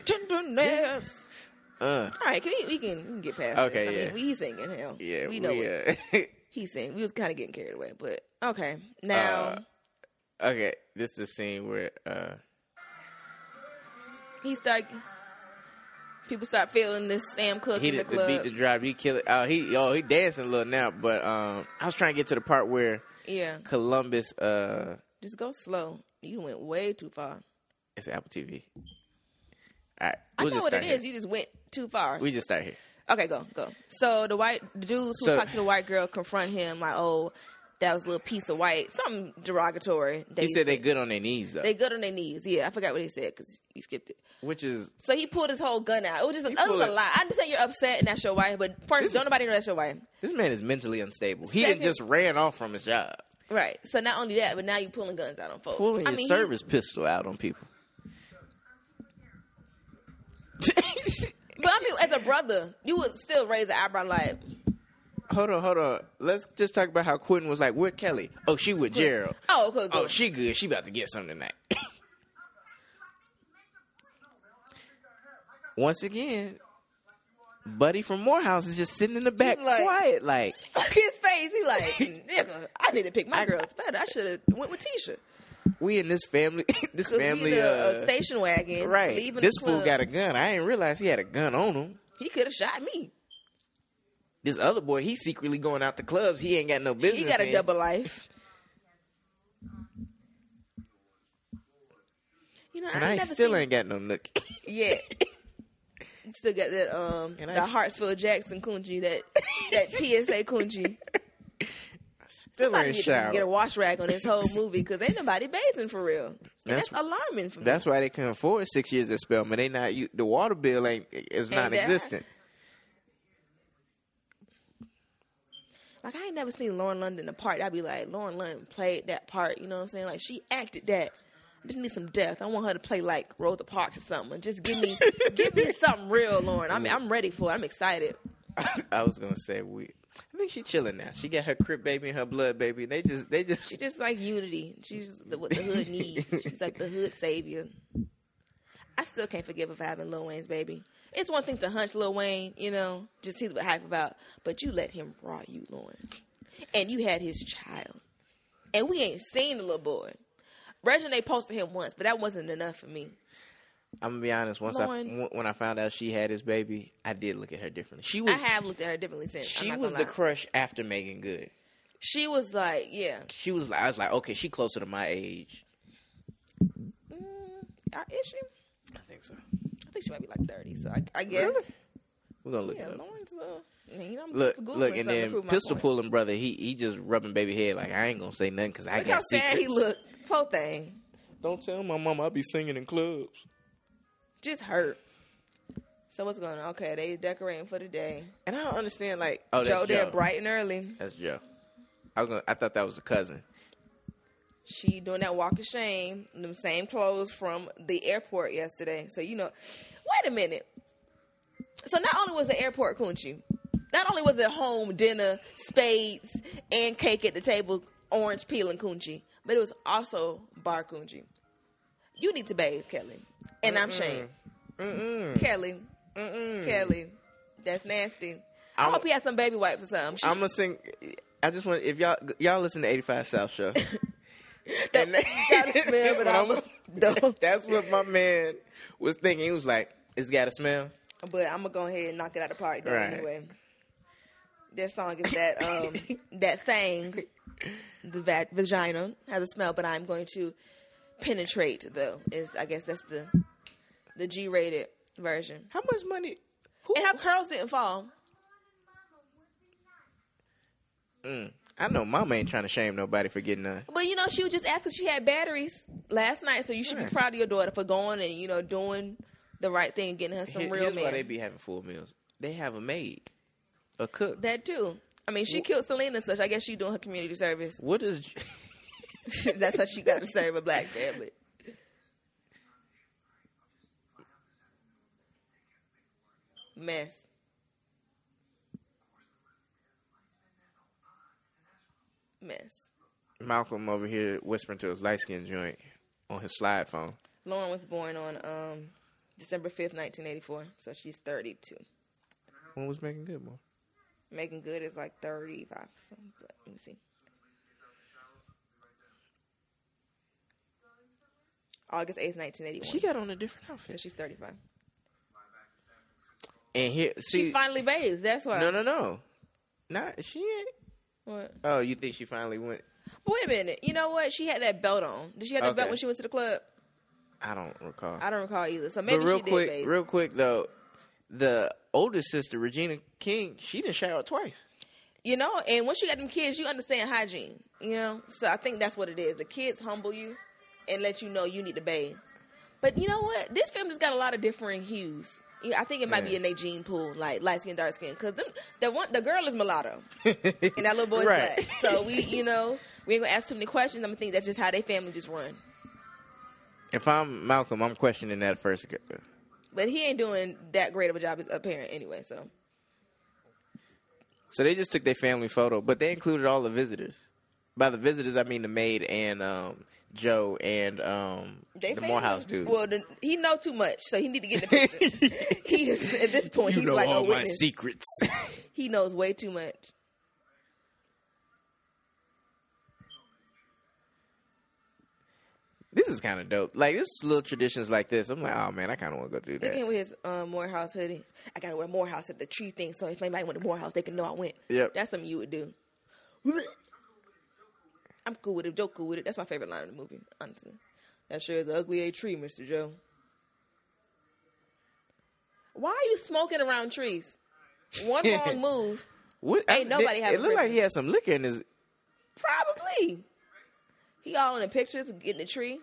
Tenderness. yes. Uh. All right, can we, we can we can get past. Okay, this. I yeah. mean, we he's singing hell. Yeah. we know it. uh, He's singing. We was kind of getting carried away, but okay. Now, Uh, okay. This is the scene where uh he start. People start feeling this Sam Cooke he in the did the, club. beat the drop. He kill it. Oh, he oh he dancing a little now. But um, I was trying to get to the part where yeah, Columbus uh, just go slow. You went way too far. it's Apple TV. All right, I we'll know just what start it here. is. You just went too far. We just start here. okay, go go. So the white the dudes who So- talked to the white girl confront him like, "Oh, that was a little piece of white, something derogatory." that He said they good on their knees though, They good on their knees. Yeah, I forgot what he said because you skipped it. which is So he pulled his whole gun out. It was just it was pulled a it. lot. I understand you're upset and that's your wife, but first, don't nobody know that's your wife. this man is mentally unstable. He had Second- just ran off from his job, Right. So not only that, but now you're pulling guns out on folks. pulling I his mean, service pistol out on people. he- But I mean, as a brother, you would still raise an eyebrow like, hold on, hold on. Let's just talk about how Quentin was like, "With Kelly? Oh, she with Gerald. oh, okay, Oh, good. she good. She about to get some tonight. Once again, Buddy from Morehouse is just sitting in the back, He's like- quiet. Like, Look at his face. He like, nigga, I need to pick my girls better. I should have went with Tisha. we in this family, this Because we family, in a, uh, a station wagon. right? Leaving This the fool club. got a gun. I didn't realize he had a gun on him. He could have shot me. This other boy, he's secretly going out to clubs. He ain't got no business. He got a in. double life. You know, and I, I, ain't never still seen ain't got no nook. Yeah. Still got that um And I the s- Hartsfield Jackson Kunji, that that TSA Kunji. still Somebody ain't need to get a shower. wash rack on this whole movie because ain't nobody bathing for real. And That's- that's, alarming for me. That's why they couldn't afford six years at Spelman. They not you, the water bill ain't is that high. non-existent. Like I ain't never seen Lauren London in a part. I'd be like, Lauren London played that part, you know what I'm saying? Like she acted that. I just need some depth. I want her to play like Rosa Parks or something. Just give me give me something real, Lauren. I'm I'm ready for it. I'm excited. I was gonna say we. I think she chilling now. She got her crib baby and her blood baby. And they just they just She just like unity. She's the, what the hood needs. She's like the hood savior. I still can't forgive her for having Lil Wayne's baby. It's one thing to hunch Lil Wayne, you know, just he's what hype about, but you let him raw you, Lauren, and you had his child, and we ain't seen the little boy. Reggie, they posted him once, but that wasn't enough for me. I'm gonna be honest. Once Lauren. I when I found out she had his baby, I did look at her differently. She I was have looked at her differently since. I'm she not was gonna the lie. crush after Megan Good. she was like, yeah, She was like I was like okay, she closer to my age. mm, are- is she? I think so. I think she might be like thirty, so I, I guess. Really? We're gonna look Yeah, it up. Lauren's. Uh, you know, I'm Look, Googling look, and something to then prove my pistol point. pulling brother. He he just rubbing baby head like I ain't gonna say nothing because I Look got how sad he secrets. looked. Poor thing. Don't tell my mom I be singing in clubs. Just hurt. So what's going on? Okay, they decorating for the day. And I don't understand like oh that's Joe Joe. there bright and early. That's Joe. I was gonna, I thought that was a cousin. She doing that walk of shame, in them same clothes from the airport yesterday. So you know, wait a minute. So not only was the airport coochie, not only was it home dinner, spades, and cake at the table, orange peel and coochie, but it was also bar coochie. You need to bathe, Kelly, and I'm Shane. Mm-mm. Kelly, Mm-mm. Kelly, that's nasty. i I'm- hope he had some baby wipes or something. She- I'm gonna sing. I just want if y'all y'all listen to 85 South Show. that, gotta smell, but But I'm- I'm, though. That's what my man was thinking. He was like, "It's got a smell." But I'm gonna go ahead and knock it out of the park though, Right. anyway. That song is that um that thing, the va- vagina has a smell, but I'm going to penetrate though. Is I guess that's the the G-rated version. How much money? Who, And her curls didn't fall. Mm. I know Mama ain't trying to shame nobody for getting none. But you know, she was just asking. She had batteries last night, so you should Right. be proud of your daughter for going and you know doing the right thing, and getting her some Here- real here's why man. they be having full meals. They have a maid, a cook. that too. I mean, she killed Selena, so I guess she doing her community service. what is? That's how she got to serve a black family. Mess. Mess. Malcolm over here whispering to his light skin joint on his slide phone. Lauren was born on um, December 5th, 1984, so she's 32. When was making good more? Megan Good is like 35 or something, but let me see. August 8th, 1981. She got on a different so outfit. she's 35. And here, She see, finally bathed. That's why. no, no, no, not she ain't. What? Oh, you think she finally went? But Wait a minute. You know what? She had that belt on. Did she have the Okay. belt when she went to the club? I don't recall. I don't recall either. So maybe but real she did. quick, bathe. real quick though, the oldest sister Regina King, she didn't shower twice. you know, and once you got them kids, you understand hygiene. You know, so I think that's what it is. The kids humble you and let you know you need to bathe. But you know what? This family's got a lot of differing hues. Yeah, I think it might be Yeah. in their gene pool, like light skin, dark skin, because the one the girl is mulatto and and that little boy's right. black. So we, you know, we ain't gonna ask too many questions. I'm gonna think that's just how they family just run. If I'm Malcolm, I'm questioning that first. g- But he ain't doing that great of a job as a parent anyway. So So they just took their family photo, but they included all the visitors. By the visitors, I mean the maid and um, Joe and um, They the family. Morehouse dude. Well, the, he know too much, so he need to get in the picture. he is at this point. he's like a witness. secrets. He knows way too much. this is kind of dope. Like this little traditions like this. I'm like, oh man, I kind of want to go do Look at that. him with his um, Morehouse hoodie. I gotta wear Morehouse at the tree thing, so if anybody went to Morehouse, they can know I went. Yep. That's something you would do. I'm cool with it. Joe cool with it. That's my favorite line in the movie, honestly. That sure is an ugly a tree, Mr. Joe. Why are you smoking around trees? One wrong move, What? Ain't nobody It having looked like Christmas. he had some liquor in his. probably. He all in the pictures, getting the tree.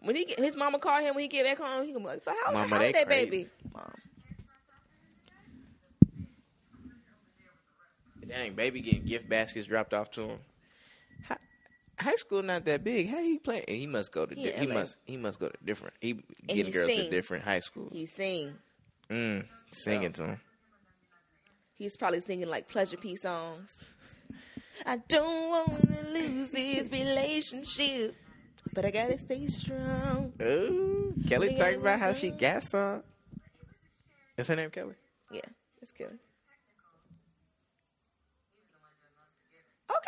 When he get, his mama called him when he get back home, he gonna be like, "So how was Mama, how they that crazy. baby?" Mom. Dang, baby getting gift baskets dropped off to him. Hi- High school not that big. How he playing? He must go to. He Di- in he LA. must. He must go to different. He get he girls to sing. different high school. He sing. Mm, singing to him. He's probably singing like pleasure P songs. I don't want to lose this relationship, but I gotta stay strong. Ooh, Kelly Nigga, talking about how nigga. she got some. Is her name Kelly? Yeah, that's killing. Okay.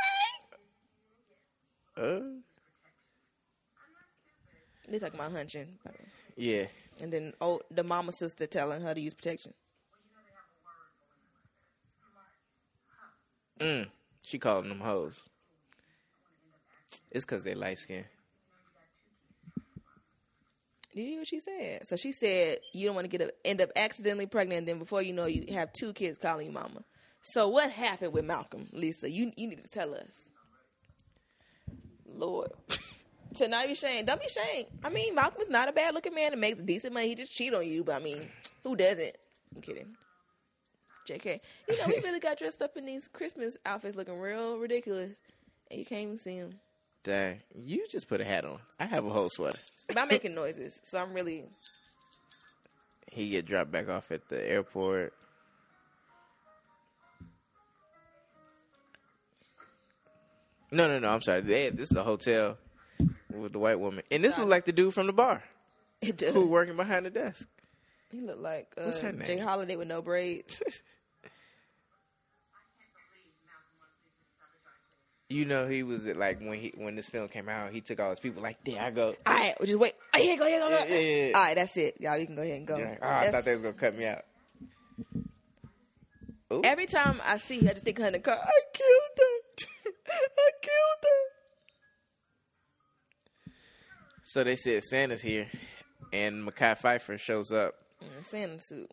Oh, They talking about hunching, by the way. yeah. and then oh, the mama sister telling her to use protection. Mm, she calling them hoes. It's because they light skin. Did you hear what she said? So she said you don't want to get up, end up accidentally pregnant, and then before you know, you have two kids calling you mama. So what happened with Malcolm, Lisa? You you need to tell us. Lord, to not be shamed. Don't be shamed. I mean, Malcolm is not a bad looking man and makes decent money. He just cheat on you, but I mean, who doesn't? I'm kidding. JK. You know, we really got dressed up in these Christmas outfits looking real ridiculous. And you can't even see him. Dang, you just put a hat on. I have a whole sweater. But I'm making noises, so I'm really He get dropped back off at the airport. No, no, no. I'm sorry. They, this is a hotel with the white woman, and this was like the dude from the bar it does. who working behind the desk. He looked like uh, What's her name? Jay Holiday with no braids. You know, he was at, like when he when this film came out, he took all his people like, there I go. All right, just wait. Oh, yeah, go ahead, go ahead. Yeah, yeah, yeah. All right, that's it, y'all. You can go ahead and go. You're like, oh, I That's- thought they was gonna cut me out. Ooh. Every time I see her, I just think her in the car. I killed her. I killed her. so they said Santa's here, and Mackay Pfeiffer shows up, Mm, Santa suit.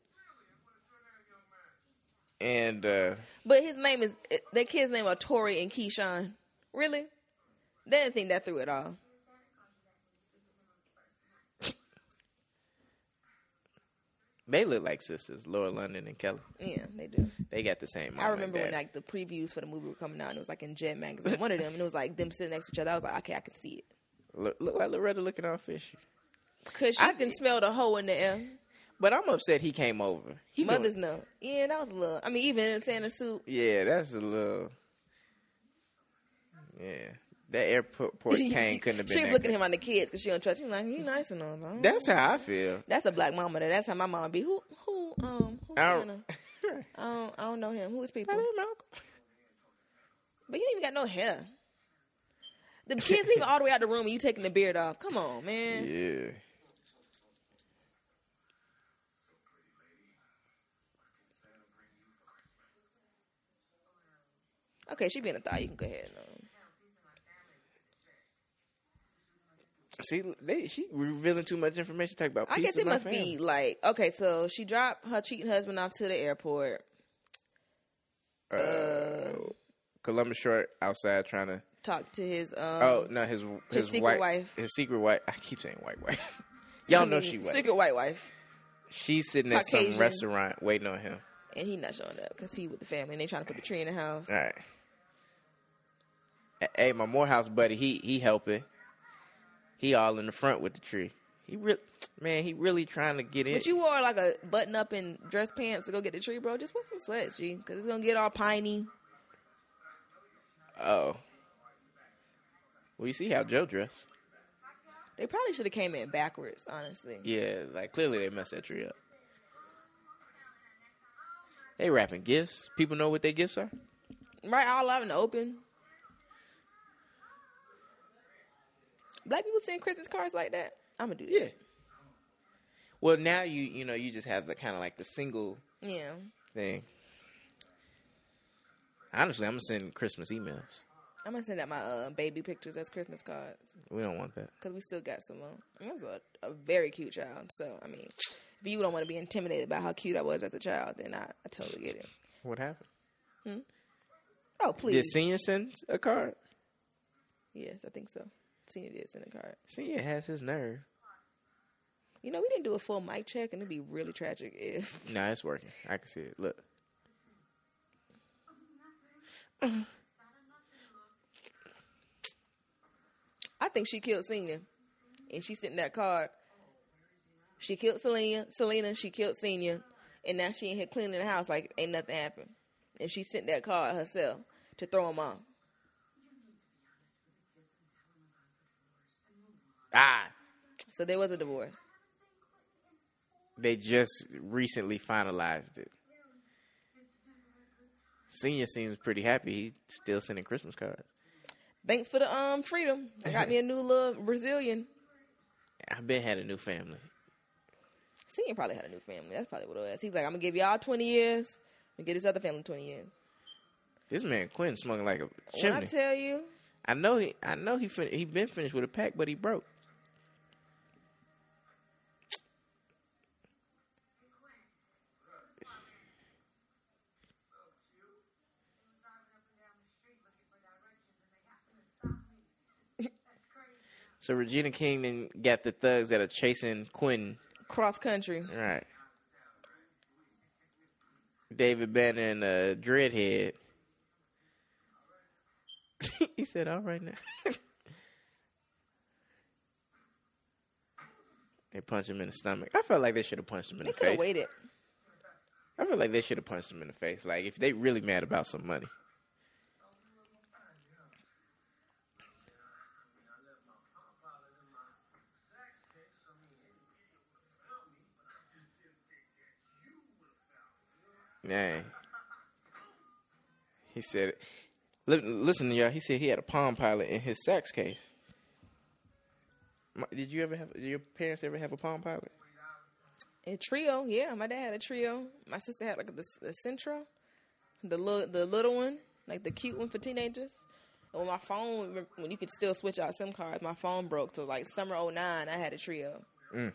and uh, But his name is it- their kids' name are Tori and Keyshawn. Really? They didn't think that through at all. they look like sisters, Laura London and Kelly. Yeah, they do. They got the same. mom I and remember when dad. like the previews for the movie were coming out, and it was like in Jet magazine, one of them, and it was like them sitting next to each other. I was like, okay, I can see it look, look like Loretta looking all fishy. because she I- can smell the hole in the air. But I'm upset he came over. He doing- Mother's no. Yeah, that was a little. I mean, even in Santa suit, yeah, that's a little. Yeah, that airport port cane couldn't have been. She was that looking good. at him on the kids because she don't trust. She's like, you nice and all. but I don't- That's how I feel. that's a black mama. Though. That's how my mom be. Who who um who I I don't, don't, I don't I don't know him. Who is people? I mean, Malcolm. But you ain't even got no hair. The kids leave all the way out the room and you taking the beard off. Come on, man. Yeah. Okay, she being a thought. You can go ahead. um, See, they, she revealing too much information. Talk about. I Peace guess it must be like okay. So she dropped her cheating husband off to the airport. be uh, Columbus Short outside trying to. Talked to his um. oh no, his his, secret white, wife. His secret wife. I keep saying white wife. Y'all know she white. secret white wife. She's sitting at Caucasian. some restaurant waiting on him. and he not showing up because he with the family and they trying to put the tree in the house. All right. A- Hey, my Morehouse buddy, he he helping. He all in the front with the tree. He really, man, he really trying to get in. But you wore like a button up and dress pants to go get the tree, bro. Just wear some sweats, G, because it's gonna get all piney. oh. Well, you see how Joe dressed. They probably should have came in backwards, honestly. Yeah, like clearly they messed that tree up. They wrapping gifts. People know what their gifts are. Right, all out in the open. Black people send Christmas cards like that. I'm gonna do that. Well, now you you know you just have the kind of like the single Yeah. thing. Honestly, I'm gonna send Christmas emails. I'm gonna send out my uh, baby pictures as Christmas cards We don't want that. because we still got some. Uh, I was a, a very cute child, so I mean, if you don't want to be intimidated by how cute I was as a child, then I, I totally get it. What happened? Oh Did please, senior send a card? Yes, I think so. Senior did send a card. Senior has his nerve. You know, we didn't do a full mic check, and it'd be really tragic if. No, it's working. I can see it. Look. I think she killed Senior, and she sent that card. She killed Selena. Selena, she killed Senior, and now she in here cleaning the house like ain't nothing happened. And she sent that card herself to throw him off. Ah, So there was a divorce. they just recently finalized it. Senior seems pretty happy. He's still sending Christmas cards. Thanks for the um freedom. I got me a new little Brazilian. I've been had a new family. Senior probably had a new family. That's probably what it was. He's like, I'm gonna give y'all 20 years, and get this other family 20 years. This man Quinn smoking like a When I chimney. tell you, I know he. I know he. Fin- he been finished with a pack, but he broke. So Regina King then got the thugs that are chasing Quentin. Cross country. All right. David Banner and uh, Dreadhead. he said, "All right now." they punch him in the stomach. I felt like they should have punched him in They the could have face. waited. I feel like they should have punched him in the face. Like if they really mad about some money. Dang. He said, it. Li- "Listen, y'all." He said he had a Palm Pilot in his sax case. My- Did you ever have? Did your parents ever have a Palm Pilot? A trio, yeah. My dad had a trio. My sister had like the, the Sentra, the little the little one, like the cute one for teenagers. And when my phone, when you could still switch out SIM cards, my phone broke. So like summer '09, I had a trio. Mm.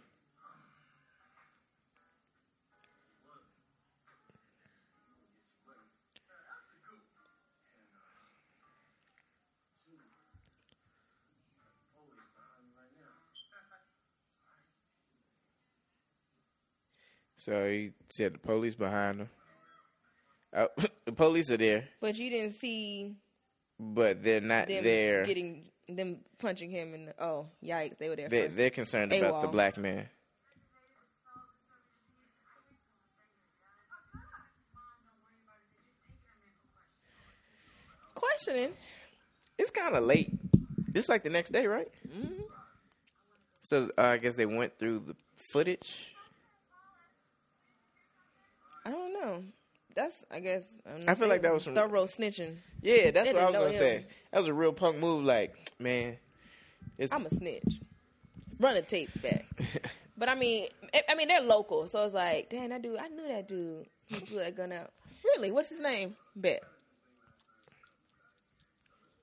So he said the police behind him. Uh, the police are there, But you didn't see but they're not them there. getting them punching him in the oh yikes they were there They, first. they're concerned about the AWOL. black man. questioning It's kind of late. It's like the next day, right? Mhm. So uh, I guess they went through the footage. i don't know that's i guess I'm I feel like that was some- thorough snitching Yeah, that's They what I didn't was gonna know say. him. That was a real punk move. Like, man, it's i'm a snitch run the tapes back but i mean I- i mean they're local so it's like damn that dude i knew that dude He blew that gun out really what's his name bet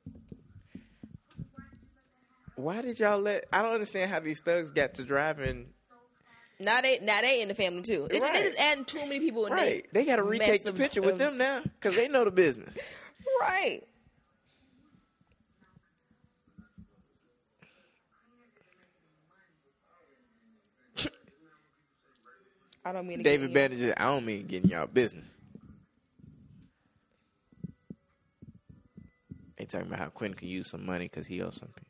why did y'all let? I don't understand how these thugs got to driving. now they now they in the family too it's, Right. they just adding too many people in Right, they got to retake the massive, picture with um, them now because they know the business. there right I don't mean to get David any- Banner just, I don't mean getting y'all business. They talking about how Quentin can use some money because he owes some people.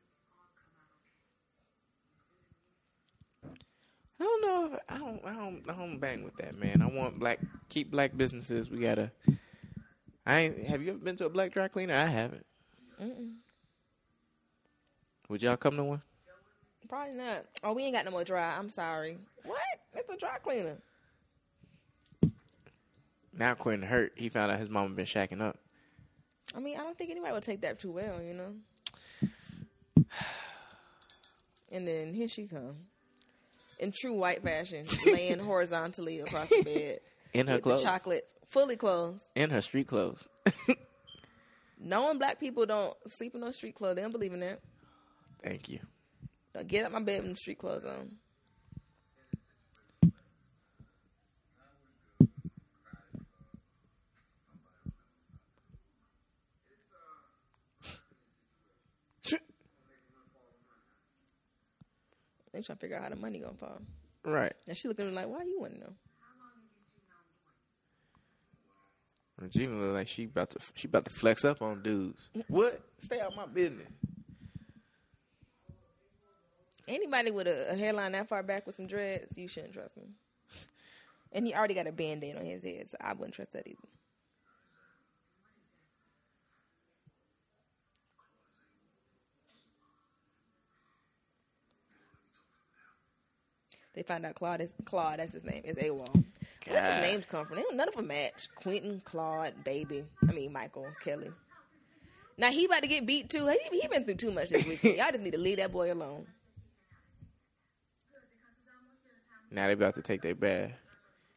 I don't know. If, I don't. I don't. I don't bang with that, man. I want black. Keep black businesses. We gotta. I ain't, have you ever been to a black dry cleaner? I haven't. Mm-mm. Would y'all come to one? Probably not. Oh, we ain't got no more dry. I'm sorry. What? It's a dry cleaner. Now Quentin hurt. He found out his mama been shacking up. I mean, I don't think anybody would take that too well, you know. And then here she come, in true white fashion, laying horizontally across the bed In her with the clothes. chocolates, fully clothed. In her street clothes. Knowing black people don't sleep in no street clothes, they don't believe in that. Thank you. Don't get out my bed with them street clothes on. They trying to figure out how the money gonna fall. right. And she looked at me like, "Why you want to know?" Regina look like she about to she about to flex up on dudes. What? Stay out my business. Anybody with a, a hairline that far back with some dreads, you shouldn't trust him. And he already got a band-aid on his head, so I wouldn't trust that either. They find out Claude is Claude, that's his name, is AWOL. Where God. his names come from? They don't, none of them match. Quentin, Claude, Baby. I mean Michael, Kelly. Now he about to get beat too. He, he been through too much this weekend. Y'all just need to leave that boy alone. Now they about to take their bath.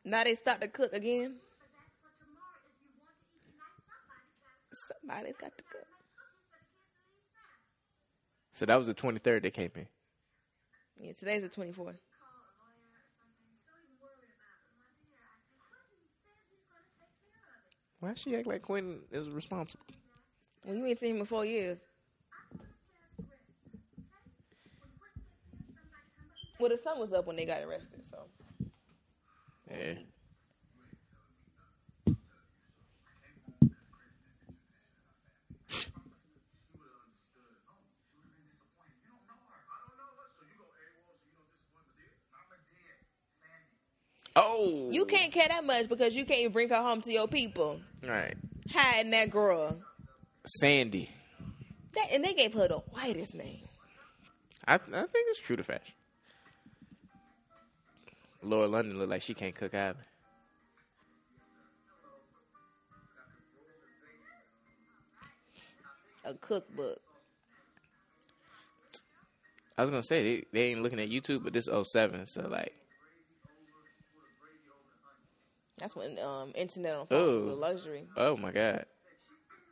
Now they start to cook again. Somebody's got to cook. So that was the twenty third they came in. Yeah, today's the 24th. Why she act like Quentin is responsible? Well, you ain't seen him in four years. Well, the sun was up when they got arrested, so Yeah. Oh, you can't care that much because you can't even bring her home to your people. All right, Hiding that girl, Sandy. that and they gave her the whitest name. I I think it's true to fashion. Laura London look like she can't cook either. A cookbook. I was gonna say they, they ain't looking at YouTube, but this 07, so like That's when um, internet on phone was a Ooh. luxury. Oh my God.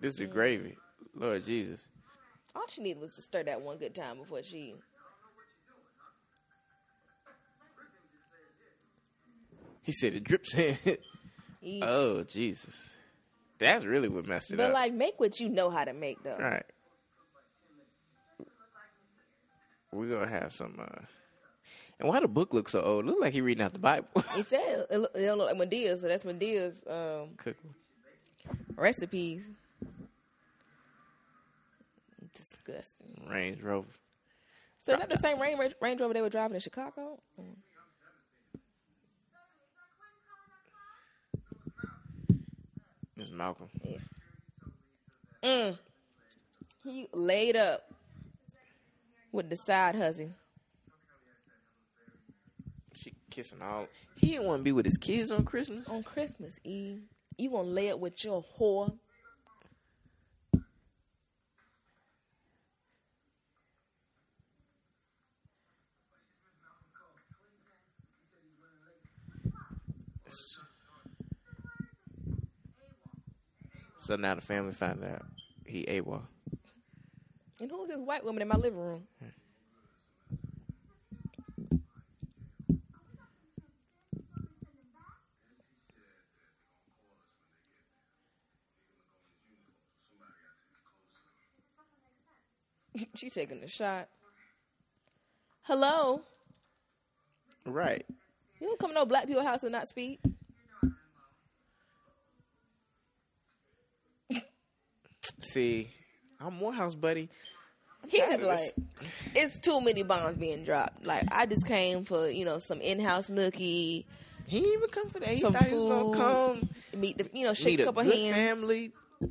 This is the gravy. Lord Jesus. All she needed was to stir that one good time before she. He said it drips in. Eat. oh, Jesus. That's really what messed it but up. like, make what you know how to make though. All right. We're going to have some. uh And why the book look so old? Look like he reading out the Bible. It says it look, it don't look like Medea's, so that's Medea's um, Cook. recipes. Disgusting. Range Rover. So is that the same Range, Range Rover they were driving in Chicago? This is Malcolm. Yeah. Mm. He laid up with the side hussy. She kissing all. He didn't want to be with his kids on Christmas. on Christmas Eve. You gonna lay up with your whore? So now the family found out he AWOL. And who's this white woman in my living room? she taking a shot. Hello, Right. you don't come to no black people house and not speak. See, I'm Morehouse, buddy. He tired just of like this. it's too many bombs being dropped. Like I just came for you know some in house nookie, He didn't even come for that. He Some thought he was food. gonna come meet the you know shake meet a a couple good hands. family.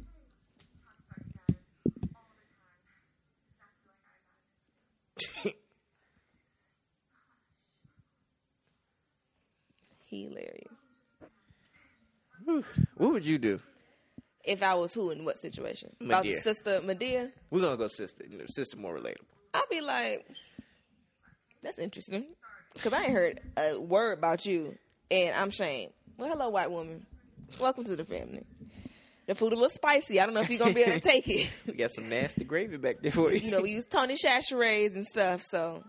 Hilarious. Whew. What would you do? If I was who in what situation? If I was Madea. a sister Medea, We're gonna go sister. You know, sister more relatable. I'd be like, that's interesting, because I ain't heard a word about you, and I'm shamed. Well, hello, white woman. Welcome to the family. The food a little spicy. I don't know if you're gonna be able to take it. We got some nasty gravy back there for you. you know, we use Tony Chacheray's and stuff, so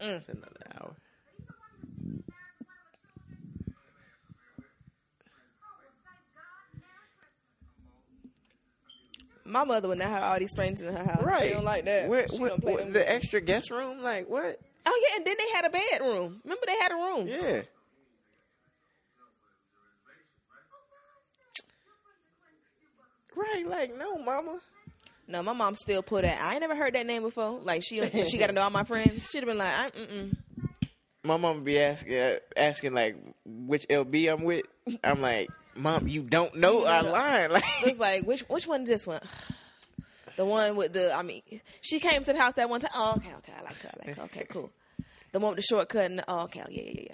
It's another hour. My mother would not have all these strangers in her house. She don't like that. What, She what- don't play what- them the games. extra guest room? Like what? oh yeah, and then they had a bedroom. Remember they had a room. Yeah. Right, like no, mama. No, my mom still put that. I ain't never heard that name before. Like she uh, she got to know all my friends. She'd have been like, I, mm-mm. my mom be asking uh, asking like which LB I'm with. I'm like, mom, you don't know our line. Like, It's like which which one is this one? The one with the I mean, she came to the house that one time. Oh, okay, okay, I like her. I like her. Okay, cool. The one with the shortcut and the, oh, okay, yeah, yeah, yeah, yeah.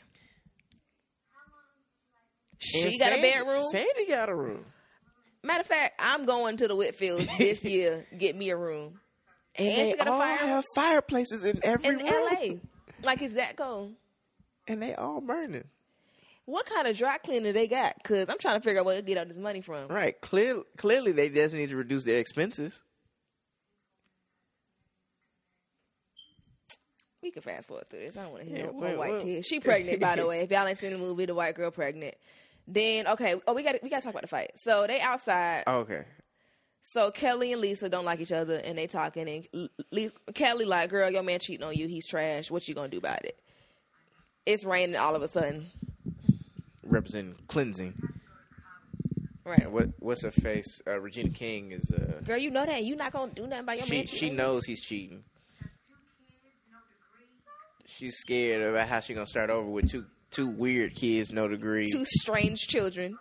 She And got Sandy- a bedroom. Sandy got a room, Matter of fact, I'm going to the Whitfields this year. Get me a room. and, And they she got a all fire- have fireplaces in every in room, LA. Like, is that go? and they all burning. What kind of dry cleaner they got? Because I'm trying to figure out where to get all this money from. Right, clear, clearly they just need to reduce their expenses. We can fast forward through this. I don't want to hear Yeah, no more well, white well. tears. She pregnant, by the way. If y'all ain't seen the movie, the white girl pregnant. Then okay, oh we got to we got to talk about the fight. So they outside. Okay, So Kelly and Lisa don't like each other, and they talking. And L- Lisa, Kelly like, "Girl, your man cheating on you. He's trash. What you gonna do about it?" It's raining all of a sudden. representing cleansing. Right. And what what's her face? Uh, Regina King is uh, Girl, you know that. You not gonna do nothing about your she man. she cheating. knows he's cheating. She's scared about how she gonna start over with two two weird kids, no degree. two strange children.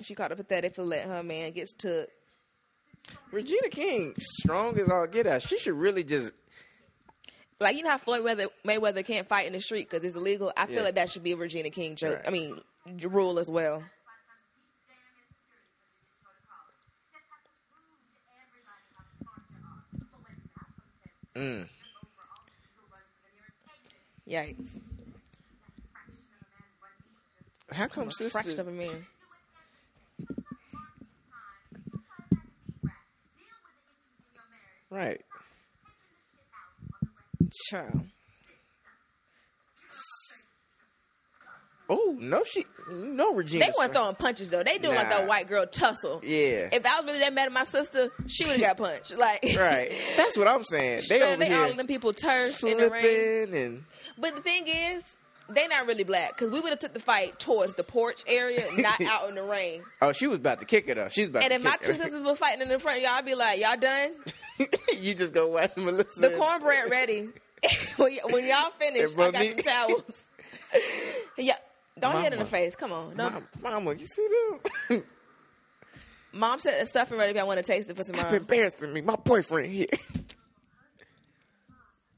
She called her pathetic for letting her man gets took. Regina King, strong as all get out. She should really just Like you know how Floyd Mayweather, Mayweather can't fight in the street because it's illegal. I feel Yeah. like that should be a Regina King joke. Right. I mean, j- rule as well. mm, Yikes! how come sisters Fraction of a man. right? Child. Oh no, she no Regina. They weren't throwing punches though. They doing like Nah. the white girl tussle. Yeah, If I was really that mad at my sister, she would have got punched. Like right. That's what I'm saying. They Sure, over all of here them people turf in the rain. slipping and But the thing is, they not really black because we would have took the fight towards the porch area, not out in the rain. oh, she was about to kick it up. She's about And to if my kick two it up. sisters were fighting in the front, y'all be like, "Y'all done? you just go watch Melissa. The cornbread ready? when, y- when y'all finish, And I got some Monique- towels." yeah, don't hit in the Mama. face. Come on, don't. Mom, mama, you see them? Mom said the stuffing ready. If I want to taste it for Stop tomorrow, embarrassing me. My boyfriend here.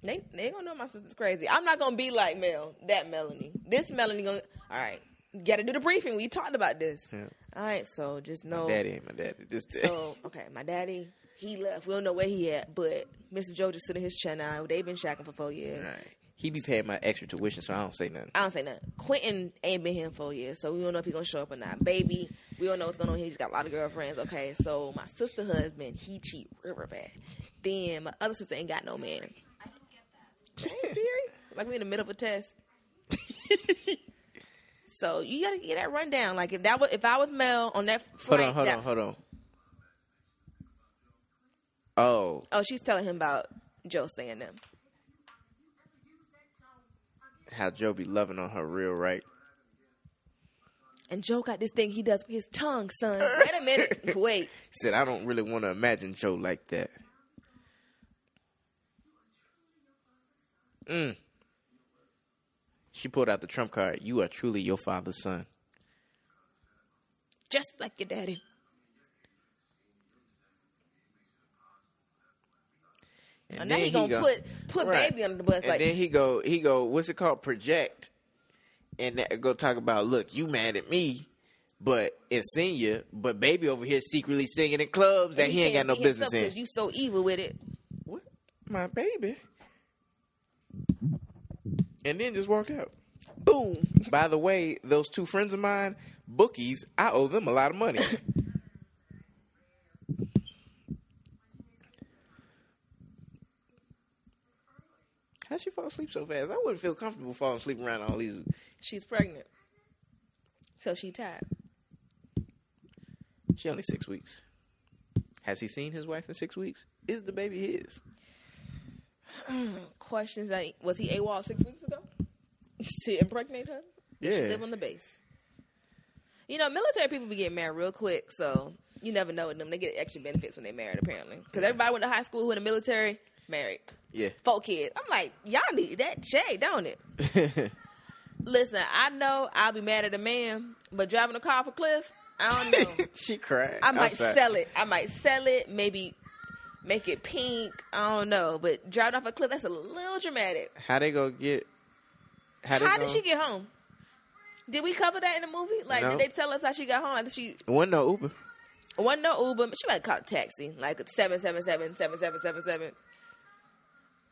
they they gonna know my sister's crazy. I'm not gonna be like Mel, that Melanie. This Melanie gonna. All right, got to do the briefing. We talked about this. Yeah. All right, so just know. Daddy ain't my daddy. This day. So okay, my daddy he left. We don't know where he at, but Mr. Joe just sitting his chair now. They've been shacking for four years. Right. He be paying my extra tuition, so I don't say nothing. I don't say nothing. Quentin ain't been here in four years, so we don't know if he gonna show up or not. Baby, we don't know what's going on. He's got a lot of girlfriends. Okay, so my sister husband he cheat river bad. Then my other sister ain't got no man. I ain't serious. Like we in the middle of a test. So you gotta get that rundown. Like if that was if I was Mel on that hold flight, on, hold that- on, hold on. Oh, oh she's telling him about Joe saying them. how Joe be loving on her real right. And Joe got this thing he does with his tongue, son. Wait a minute. Wait. Said I don't really want to imagine Joe like that. Mm. She pulled out the trump card. You are truly your father's son. Just like your daddy. And And Oh, now then he gonna go- put put Right. baby under the bus and like then he go he go what's it called project and that, go talk about look you mad at me but it's senior but baby over here secretly singing in clubs that "You he ain't got can't no be himself business in 'cause You so evil with it. what my baby and then just walked out Boom. by the way those two friends of mine bookies i owe them a lot of money How she fall asleep so fast? I wouldn't feel comfortable falling asleep around all these She's pregnant. So she tired. She only six weeks. Has he seen his wife in six weeks? Is the baby his? Questions like was he AWOL six weeks ago? to impregnate her? Did she Yeah. live on the base? You know, military people be getting married real quick, so you never know with them. They get extra benefits when they married apparently. Because everybody went to high school who in the military, married. Yeah. four kids. I'm like, y'all need that check, don't it? Listen, I know I'll be mad at a man, but driving a car off a cliff, I don't know. she cried. I I'm might sorry. sell it. I might sell it. Maybe make it pink. I don't know. But driving off a cliff, that's a little dramatic. How they gonna get? How, they How did gonna- she get home? Did we cover that in the movie? Like, No. did they tell us how she got home? Like, she One no Uber. wasn't no Uber. She might call a taxi, like a seven seven seven seven seven seven seven.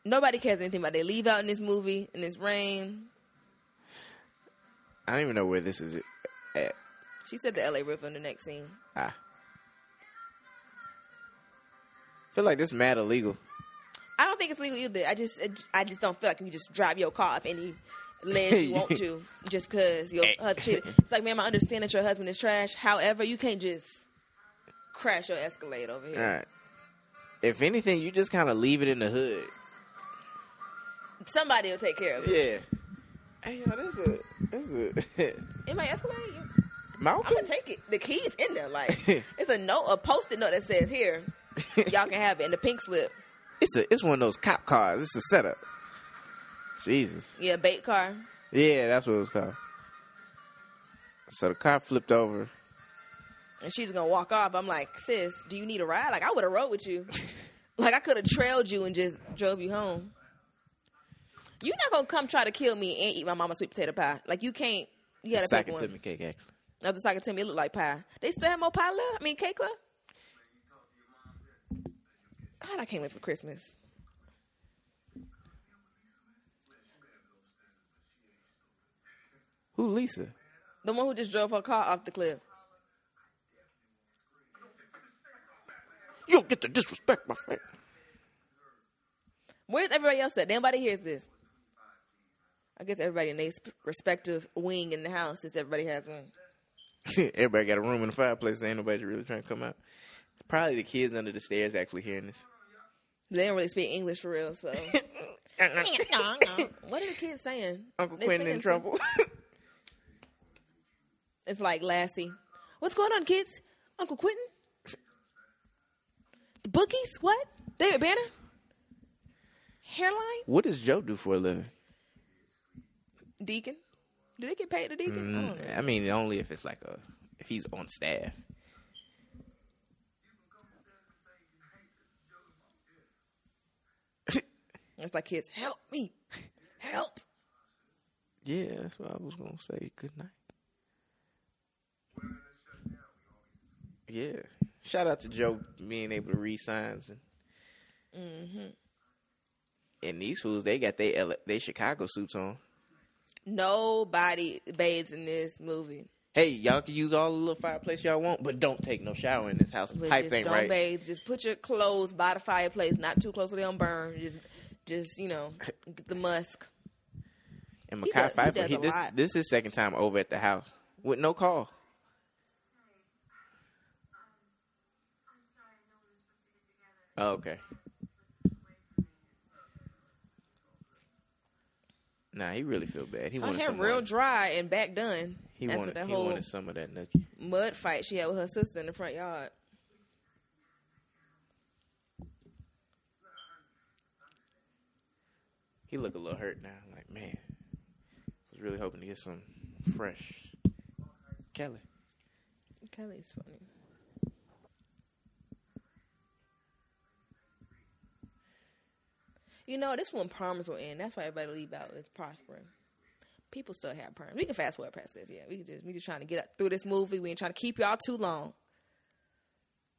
Nobody cares anything about. They leave out in this movie in this rain. I don't even know where this is. At. She said the LA River in the next scene. Ah. Feel like this mad illegal. I don't think it's legal either. I just I just don't feel like you just drive your car off any Les you want to just because your husband cheated. It's like, ma'am, I understand that your husband is trash. However, you can't just crash your Escalade over here. All right. If anything, you just kind of leave it in the hood. Somebody will take care of it. Yeah. Hey, yo, that's a that's a. In my Escalade, you, I'm Malcolm. gonna take it. The key's in there. Like it's a note, a post-it note that says, "Here, y'all can have it." And the pink slip. It's a it's one of those cop cars. It's a setup. Jesus. Yeah, bait car. Yeah, that's what it was called. So the car flipped over. and she's gonna walk off. I'm like, sis, do you need a ride? Like, I would have rode with you. like, I could have trailed you and just drove you home. You're not gonna come try to kill me and eat my mama's sweet potato pie. Like, you can't. You gotta pick Second one. Timmy cake actually. Another sock to me. It looked like pie. They still have more pie left. I mean, cake left. God, I can't wait for Christmas. Who Lisa? The one who just drove her car off the cliff. You don't get to disrespect my friend. Where's everybody else at? Nobody hears this. I guess everybody in their sp- respective wing in the house, since everybody has one. Everybody got a room in the fireplace. Ain't nobody really trying to come out. Probably the kids under the stairs actually hearing this. They don't really speak English for real, so. what are the kids saying? Uncle They Quentin singing in trouble. some- It's like Lassie. What's going on, kids? Uncle Quentin? The bookies? What? David Banner? Hairline? what does Joe do for a living? Deacon? Do they get paid to deacon? I don't know. Mm, I mean, only if it's like a if he's on staff. It's like kids, help me. Help. Yeah, that's what I was gonna say. Good night. Yeah. Shout out to Joe being able to read signs and and these fools they got they L- they Chicago suits on. Nobody bathes in this movie. Hey, y'all can use all the little fireplace y'all want, but don't take no shower in this house. But Pipe just ain't don't right. bathe. Just put your clothes by the fireplace, not too close so they don't burn. Just, just you know, get the musk. and he Makai does- he Pfeiffer, does he, a this lot. this is his second time over at the house with no call. Oh, okay. Nah, he really feel bad. He Her wanted hair some real of- dry and back done. He after wanted that he whole wanted some of that nookie. mud fight she had with her sister in the front yard. He look a little hurt now. Like man, was really hoping to get some fresh Kelly. Kelly's funny. You know, this one perms will end. That's why everybody leave out is prospering. People still have perms. We can fast forward past this. Yeah, we can just we just trying to get out through this movie. We ain't trying to keep y'all too long.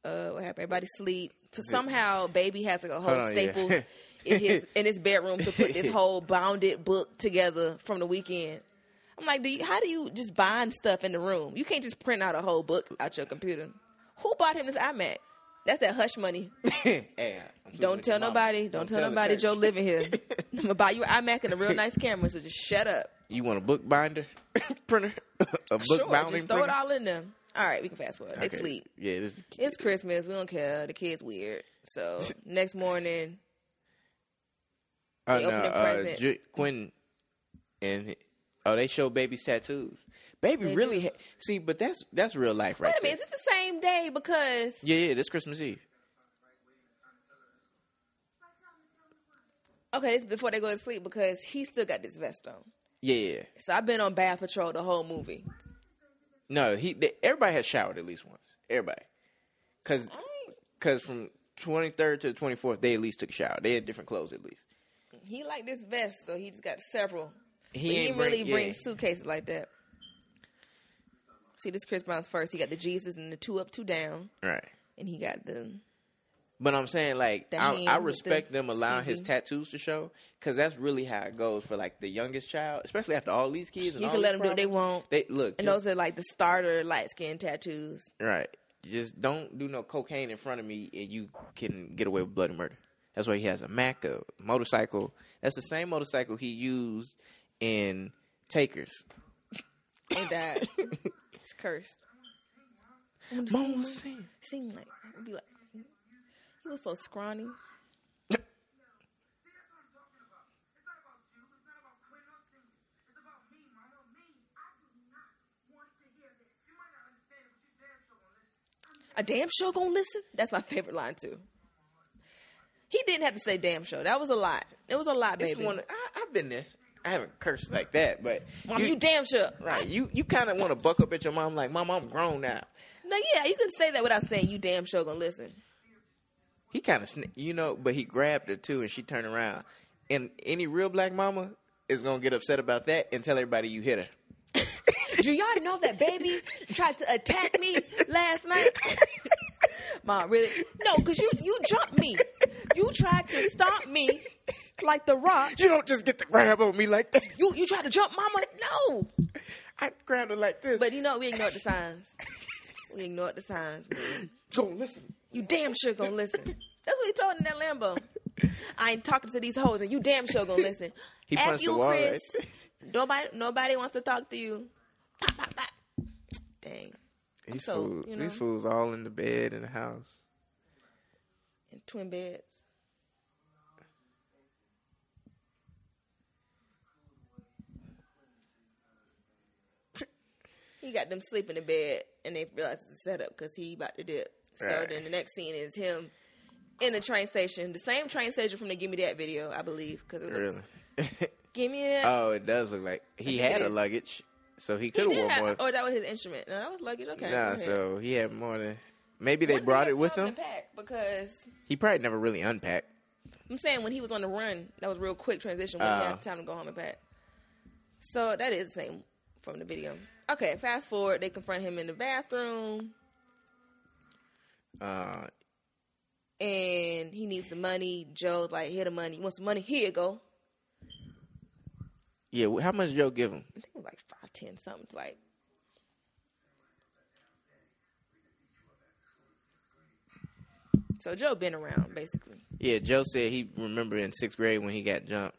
Uh, what happened? Everybody sleep. For somehow, baby has to go Hold hold on, yeah. Staples in his in his bedroom to put this whole bounded book together from the weekend. I'm like, do you, how do you just bind stuff in the room? You can't just print out a whole book out your computer. Who bought him this iMac? That's that hush money. hey, I'm sleeping Don't with tell your mama. nobody. Don't, tell, the nobody church. Joe living here. I'm gonna buy you an iMac and a real nice camera, so just shut up. You want a book binder printer? a book sure, binding just throw printer? it all in there. All right, we can fast forward. They Okay. sleep. Yeah, this It's Christmas. We don't care. The kid's weird. So next morning, oh, they no, open their uh, present. Ju- Quentin and he- oh, they show baby's tattoos. Baby They really do. ha- see, but that's that's real life, right? wait a minute, is there. this the same day? Because Yeah, yeah, this Christmas Eve. okay, this is before they go to sleep because he still got this vest on. Yeah, yeah. So I've been on bath patrol the whole movie. No, he. They, everybody has showered at least once. Everybody, because I ain't- from twenty third to the twenty fourth, they at least took a shower. They had different clothes at least. He like this vest, so he just got several. He, ain't didn't really bring- bring yeah. suitcases like that. See, this Chris Brown's first. He got the Jesus and the two up, two down, Right. and he got the But I'm saying like The I, hand I with respect the them allowing his CV. tattoos to show because that's really how it goes for like the youngest child, especially after all these kids. And You all can let these them do what they problems. want. They look and just- those are like the starter light skin tattoos. right. Just don't do no cocaine in front of me, and you can get away with bloody murder. That's why he has a Mac, a motorcycle. That's the same motorcycle he used in Takers. and died. it's cursed. I wanna Mona sing like- Singh. Sing like I'd be like, he was so scrawny. A damn show gonna listen? That's my favorite line too. He didn't have to say damn show. That was a lot. It was a lot, It's baby. one. I, I've been there. I haven't cursed like that, but Mom, you, damn sure. right. You you kind of want to buck up at your mom, like, Mom, I'm grown now. No, yeah, you can say that without saying you damn sure gonna listen. He kind of, sn- you know, but he grabbed her too, and she turned around. And any real black mama is gonna get upset about that and tell everybody you hit her. Do y'all know that baby tried to attack me last night? Mom, really? No, because you you jumped me. You tried to stomp me like the rock. You don't just get to grab on me like that. You you tried to jump mama? No. I grabbed her like this. But you know, we ignored the signs. We ignored the signs. man. so listen, You damn sure gonna listen. That's what he told in that Lambo. I ain't talking to these hoes and you damn sure gonna listen. He F punched the you, wall, Chris. right? Nobody nobody wants to talk to you. Pop, pop, pop. Dang. these So, fools, you know. these fools, all in the bed in the house. in twin beds. he got them sleeping in bed, and they realize it's a setup because he about to dip. So Right. then the next scene is him in the train station, the same train station from the "Give Me That" video, I believe, because it looks Really? "Give Me That." oh, it does look like he I think had it a is. luggage, so he He could did have have- worn more. Oh, that was his instrument. No, that was luggage. Okay. go Nah, ahead. so he had more than. Maybe they Wonder brought what it with time to him. pack, because He probably never really unpacked. I'm saying when he was on the run, that was real quick transition when he Oh. had time to go home and pack. So that is the same from the video. Okay, fast forward, they confront him in the bathroom Uh, and he needs the money. Joe's like, here the money. You want some money? Here you go. yeah, wh- how much Joe give him? I think it was like five ten something. It's like So Joe been around basically. Yeah, Joe said he remembered in sixth grade when he got jumped.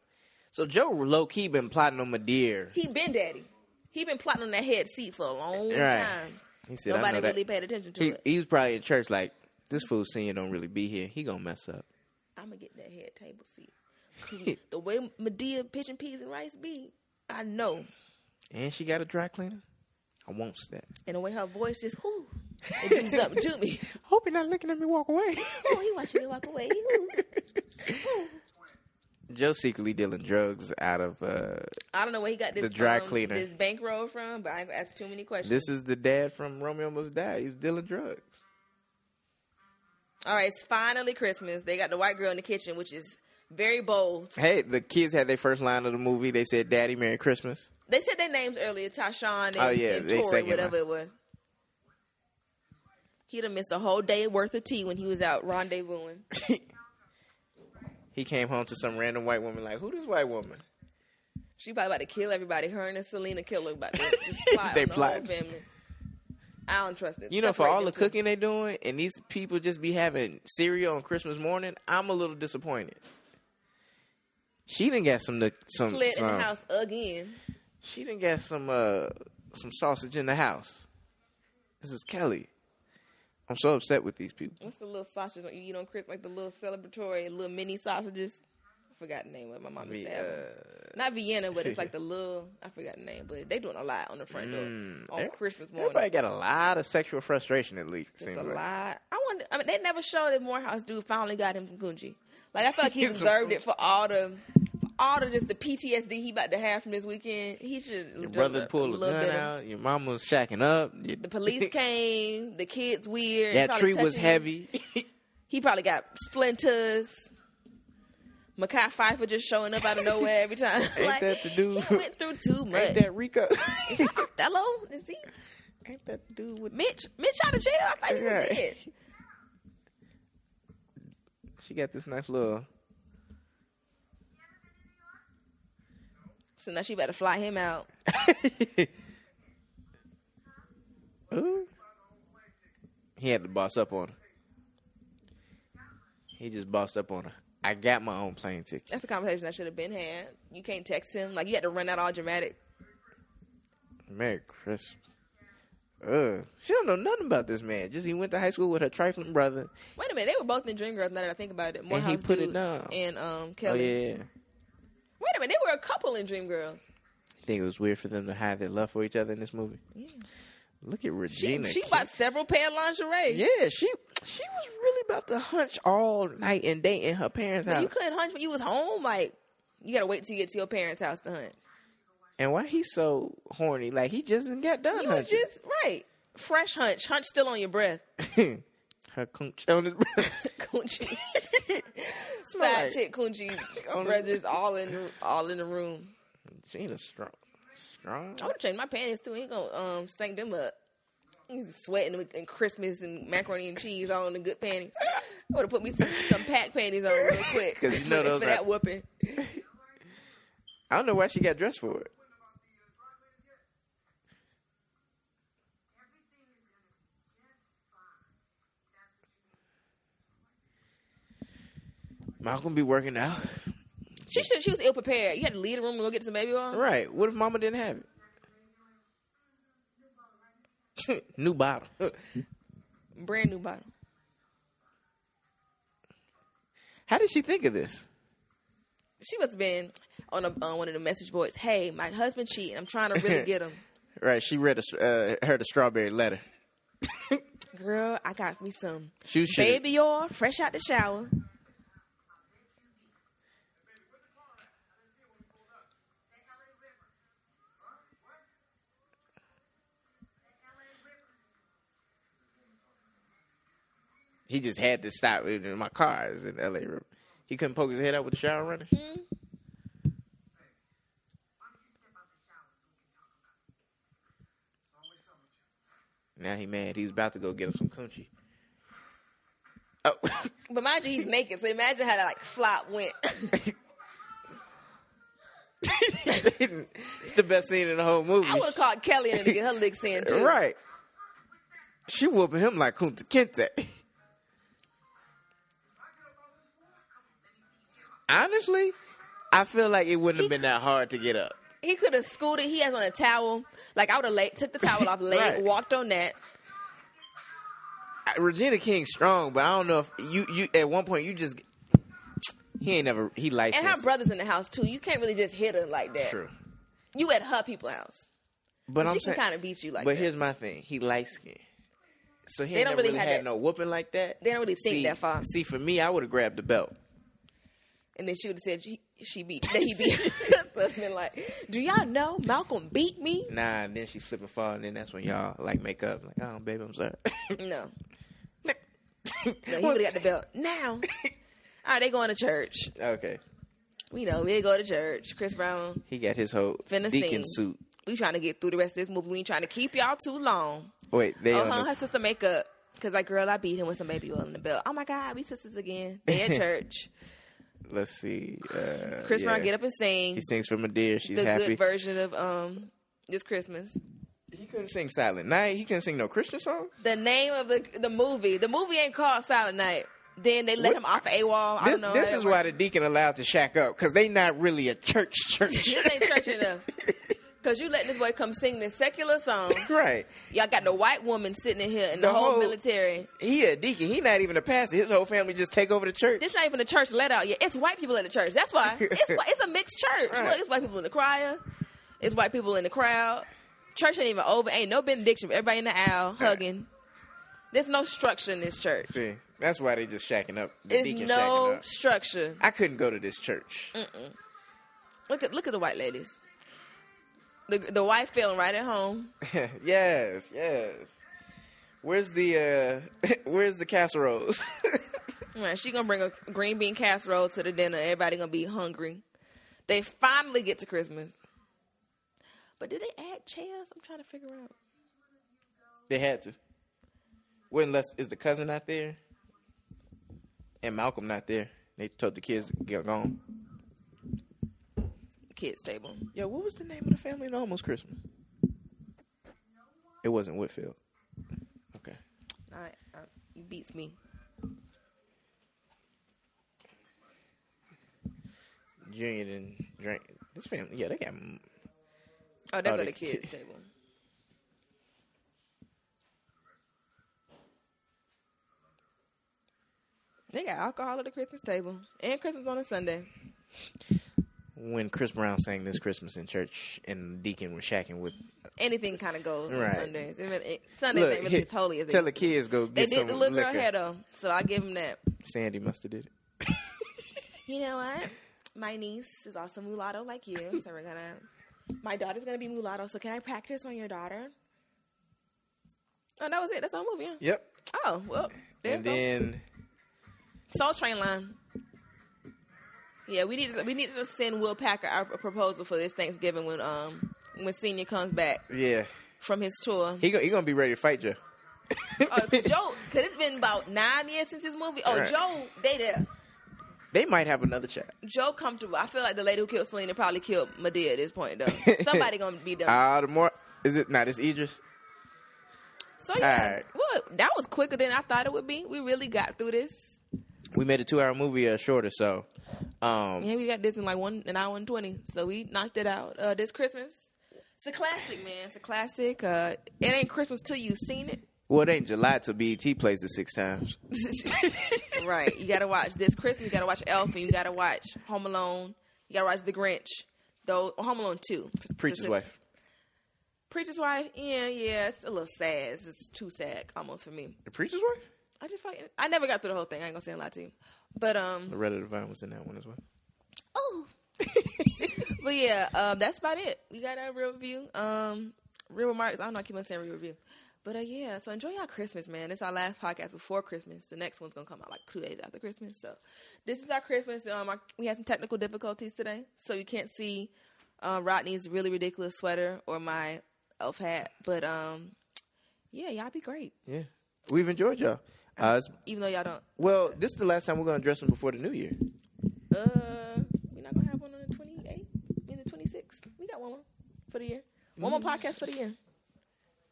So Joe low key been plotting on Madeir. He been daddy. He been plotting on that head seat for a long Right. time. He said, I Nobody know that. really paid attention to He, it. he's probably in church like this fool senior don't really be here. He gonna mess up. I'm gonna get that head table seat. 'Cause the way Medea pigeon peas and rice be, I know. And she got a dry cleaner. I wants that. And the way her voice is, whoo, it do something to me. Hope you're not looking at me walk away. Oh, he watching me walk away. Ooh. Joe secretly dealing drugs out of. uh I don't know where he got this The dry um, cleaner. this bankroll from, but I ain't gonna ask too many questions. This is the dad from Romeo Must Die. He's dealing drugs. All right, it's finally Christmas. They got the white girl in the kitchen, which is very bold. Hey, the kids had their first line of the movie. They said, "Daddy, Merry Christmas." They said their names earlier, Tashawn and, Oh, yeah, and they Tori, second whatever line. it was. He'd have missed a whole day worth of tea when he was out rendezvousing. He came home to some random white woman. Like, who this white woman? She probably about to kill everybody. Her and Selena Killer about to just plot They on the plot. whole family. I don't trust it. You know, for Separate all the them two. cooking they doing, and these people just be having cereal on Christmas morning, I'm a little disappointed. She didn't get some some slit some. in the house again. She didn't get some uh some sausage in the house. This is Kelly. I'm so upset with these people. What's the little sausages that you eat on Christmas? Like the little celebratory, little mini sausages. I forgot the name of it. my mom used The, to have. them. Not Vienna, but it's like the little I forgot the name. But they doing a lot on the front Mm, door on every- Christmas Everybody morning. got a lot of sexual frustration at least. it It's seems a like. lot. I wonder. I mean, they never showed that Morehouse dude finally got him from Gunji. Like I feel like he It's a- deserved it for all the. for All the just the PTSD he about to have from this weekend, he should Your brother pulled a, gun out. Your mom was shacking up. your- The police came. The kids weird. that probably tree was touching- heavy. He probably got splinters. Mackay Pfeiffer just showing up out of nowhere every time. Ain't that the dude? He went through too much. Ain't that Rico? Othello? Is he? Ain't that the dude with Mitch? Mitch out of jail? I thought he was Right. dead. She got this nice little. So now she better fly him out. Ooh. He had to boss up on her. He just bossed up on her. I got my own plane ticket. That's a conversation I should have been had. You can't text him. Like you had to run out all dramatic. Merry Christmas. Ugh. She don't know nothing about this man. Just he went to high school with her trifling brother. Oh, Wait a minute, they were both in Dreamgirls. Now that I think about it, he Morehouse put it dude down. and um Oh Kelly. yeah. Wait a minute, they were a couple in Dreamgirls. You think it was weird for them to hide their love for each other in this movie? Yeah. Look at She Regina. she King. bought several pair of lingerie. Yeah, she she was really about to hunch all night and day in her parents' But house. you couldn't hunt when you was home. Like you gotta wait till you get to your parents' house to hunt. And why he so horny? Like he just didn't get done You were hunching. just right. Fresh hunch, hunch still on your breath. her cooch on his breath. Coochie, Smell side like- chick, coochie, On the- brothers, all in the, all in the room. Gina's strong, strong. I would have changed my panties too. Ain't gonna um stank them up. He's sweating with- and Christmas and macaroni and cheese all in the good panties. I would have put me some, some pack panties on real quick 'Cause you know for, those for are- that whooping. I don't know why she got dressed for it. Malcolm be working out. She should. She was ill prepared. You had to leave the room and go get some baby oil. Right. What if mama didn't have it? New bottle. Brand new bottle. How did she think of this? She must have been on a, on one of the message boards. Hey, my husband cheating. I'm trying to really get him. Right. She read a, uh, heard a strawberry letter. Girl, I got me some She was shitty. baby oil, fresh out the shower. He just had to stop. In my car is in L.A. River. He couldn't poke his head out with the shower running. Hmm? Now he mad. He's about to go get him some coochie. Oh, But mind you, he's naked. So imagine how that like flop went. it's the best scene in the whole movie. I would have called Kelly in to get her licks in too. Right. She whooping him like Kunta Kinte. Honestly, I feel like it wouldn't have been that hard to get up. He could have scooted. He has on a towel. Like I would have laid, took the towel off, laid, Right. walked on that. I- Regina King's strong, but I don't know if you you at one point you just he ain't never he likes And her brother's in the house too. You can't really just hit her like that. True, You at her people's house. but she I'm can saying, kind of beat you like but that. here's my thing: he light skin, so he They ain't don't never really really have had that- no whooping like that. they don't really think see, that far. See, for me, I would have grabbed the belt. And then she would have said she, she beat that he beat. her. so I've been like, do y'all know Malcolm beat me? Nah, and then she slip and fall, and then that's when y'all like make up, like, oh, baby, I'm sorry. No. No, he would have got the belt. Now. All right, they going to church. okay, We know we go to church. Chris Brown, he got his whole Finna sing. deacon suit. we trying to get through the rest of this movie. We ain't trying to keep y'all too long. Wait, they Uh huh. on Her sister makeup. Cause like, girl, I beat him with some baby oil in the belt. Oh my God, we sisters again. They at church. the- let's see. Uh, Chris Brown yeah. get up and sing He sings from a deer. She's the happy. good version of um this Christmas. he couldn't sing Silent Night. He couldn't sing no Christian song. The name of the the movie. The movie ain't called Silent Night. Then they let What- him off a wall. I This, don't know. this how is that why worked. the deacon allowed to shack up because they not really a church church. This ain't church enough. Cause you let this boy come sing this secular song. right. Y'all got the white woman sitting in here and the, The whole, whole- military. He a deacon. He not even a pastor. His whole family just take over the church. This not even a church let out yet. It's white people at the church. That's why it's whi- it's a mixed church. Right. Look, it's white people in the choir. It's white people in the crowd. Church ain't even over. Ain't no benediction. Everybody in the aisle hugging. There's no structure in this church. See, that's why they just shacking up. The There's deacon no shacking up. structure. I couldn't go to this church. Look at look at the white ladies. The the wife feeling right at home. yes, yes. Where's the uh where's the casseroles? Right, she gonna bring a green bean casserole to the dinner. Everybody gonna be hungry. They finally get to Christmas. But did they add chairs? I'm trying to figure out. they had to. Well, unless is the cousin not there, and Malcolm not there. They told the kids to get gone. Kids table. Yo, what was the name of the family in Almost Christmas? It wasn't Whitfield. Okay. I, I, it beats me. Junior didn't drink. This family, yeah, they got. m- Oh, there Oh, go the the kids kid. table. They got alcohol at the Christmas table and Christmas on a Sunday. When Chris Brown sang this Christmas in church, and the deacon was shacking with. Anything kind of goes on Right. Sundays. It really- it- Sundays ain't really here- as holy as tell they, the kids go they get did. some The little liquor. girl hair though, so I give them that. Sandy must have did it. You know what? My niece is also mulatto like you, so we're gonna. My daughter's gonna be mulatto, so can I practice on your daughter? Oh, that was it. That's all movie. huh? Yep. Oh, well, there and you go. then Soul Train line. Yeah, we need to, we need to send Will Packer our proposal for this Thanksgiving when um when Senior comes back yeah, from his tour. he go, he gonna be ready to fight Joe. Oh, cause Joe, cause it's been about nine years since this movie. Oh, Right. Joe, they there. they might have another chat. Joe comfortable. I feel like the lady who killed Selena probably killed Medea at this point though. Somebody gonna be done. Ah, the more is it not? It's Idris. so yeah, alright. well, that was quicker than I thought it would be. We really got through this. We made a two-hour movie uh, shorter, so um, Yeah, we got this in like one an hour and twenty, so we knocked it out uh, this Christmas. It's a classic, man. It's a classic. Uh, it ain't Christmas till you've seen it. well, it ain't July till BET plays it six times. right. You gotta watch this Christmas. You gotta watch Elf, and you gotta watch Home Alone. You gotta watch The Grinch. Though or Home Alone Two. Preacher's Specific- wife. Preacher's wife. Yeah, yeah. It's a little sad. It's just too sad, almost for me. The preacher's wife. I just fucking. I never got through the whole thing. I ain't gonna say a lot to you, but um. Loretta Devine was in that one as well. Oh. but yeah, um, that's about it. We got our real review. Um, real remarks. I don't know. I keep on saying real review. But uh, yeah, so enjoy y'all Christmas, man. It's our last podcast before Christmas. The next one's gonna come out like two days after Christmas. So this is our Christmas. Um, our, we had some technical difficulties today, so you can't see uh, Rodney's really ridiculous sweater or my elf hat. But um, yeah, y'all be great, Yeah, we've enjoyed y'all. Uh, it's- even though y'all don't. well, this is the last time we're gonna dress them before the new year. Uh, we're not gonna have one on the twenty eighth, in the twenty sixth. We got one more for the year. One more podcast for the year.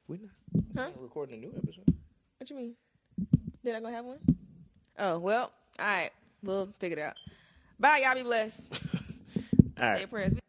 We're not Huh? we're recording a new episode. What you mean? Did I gonna have one? Oh well. All right. We'll figure it out. Bye. Y'all be blessed. All Say right. your prayers.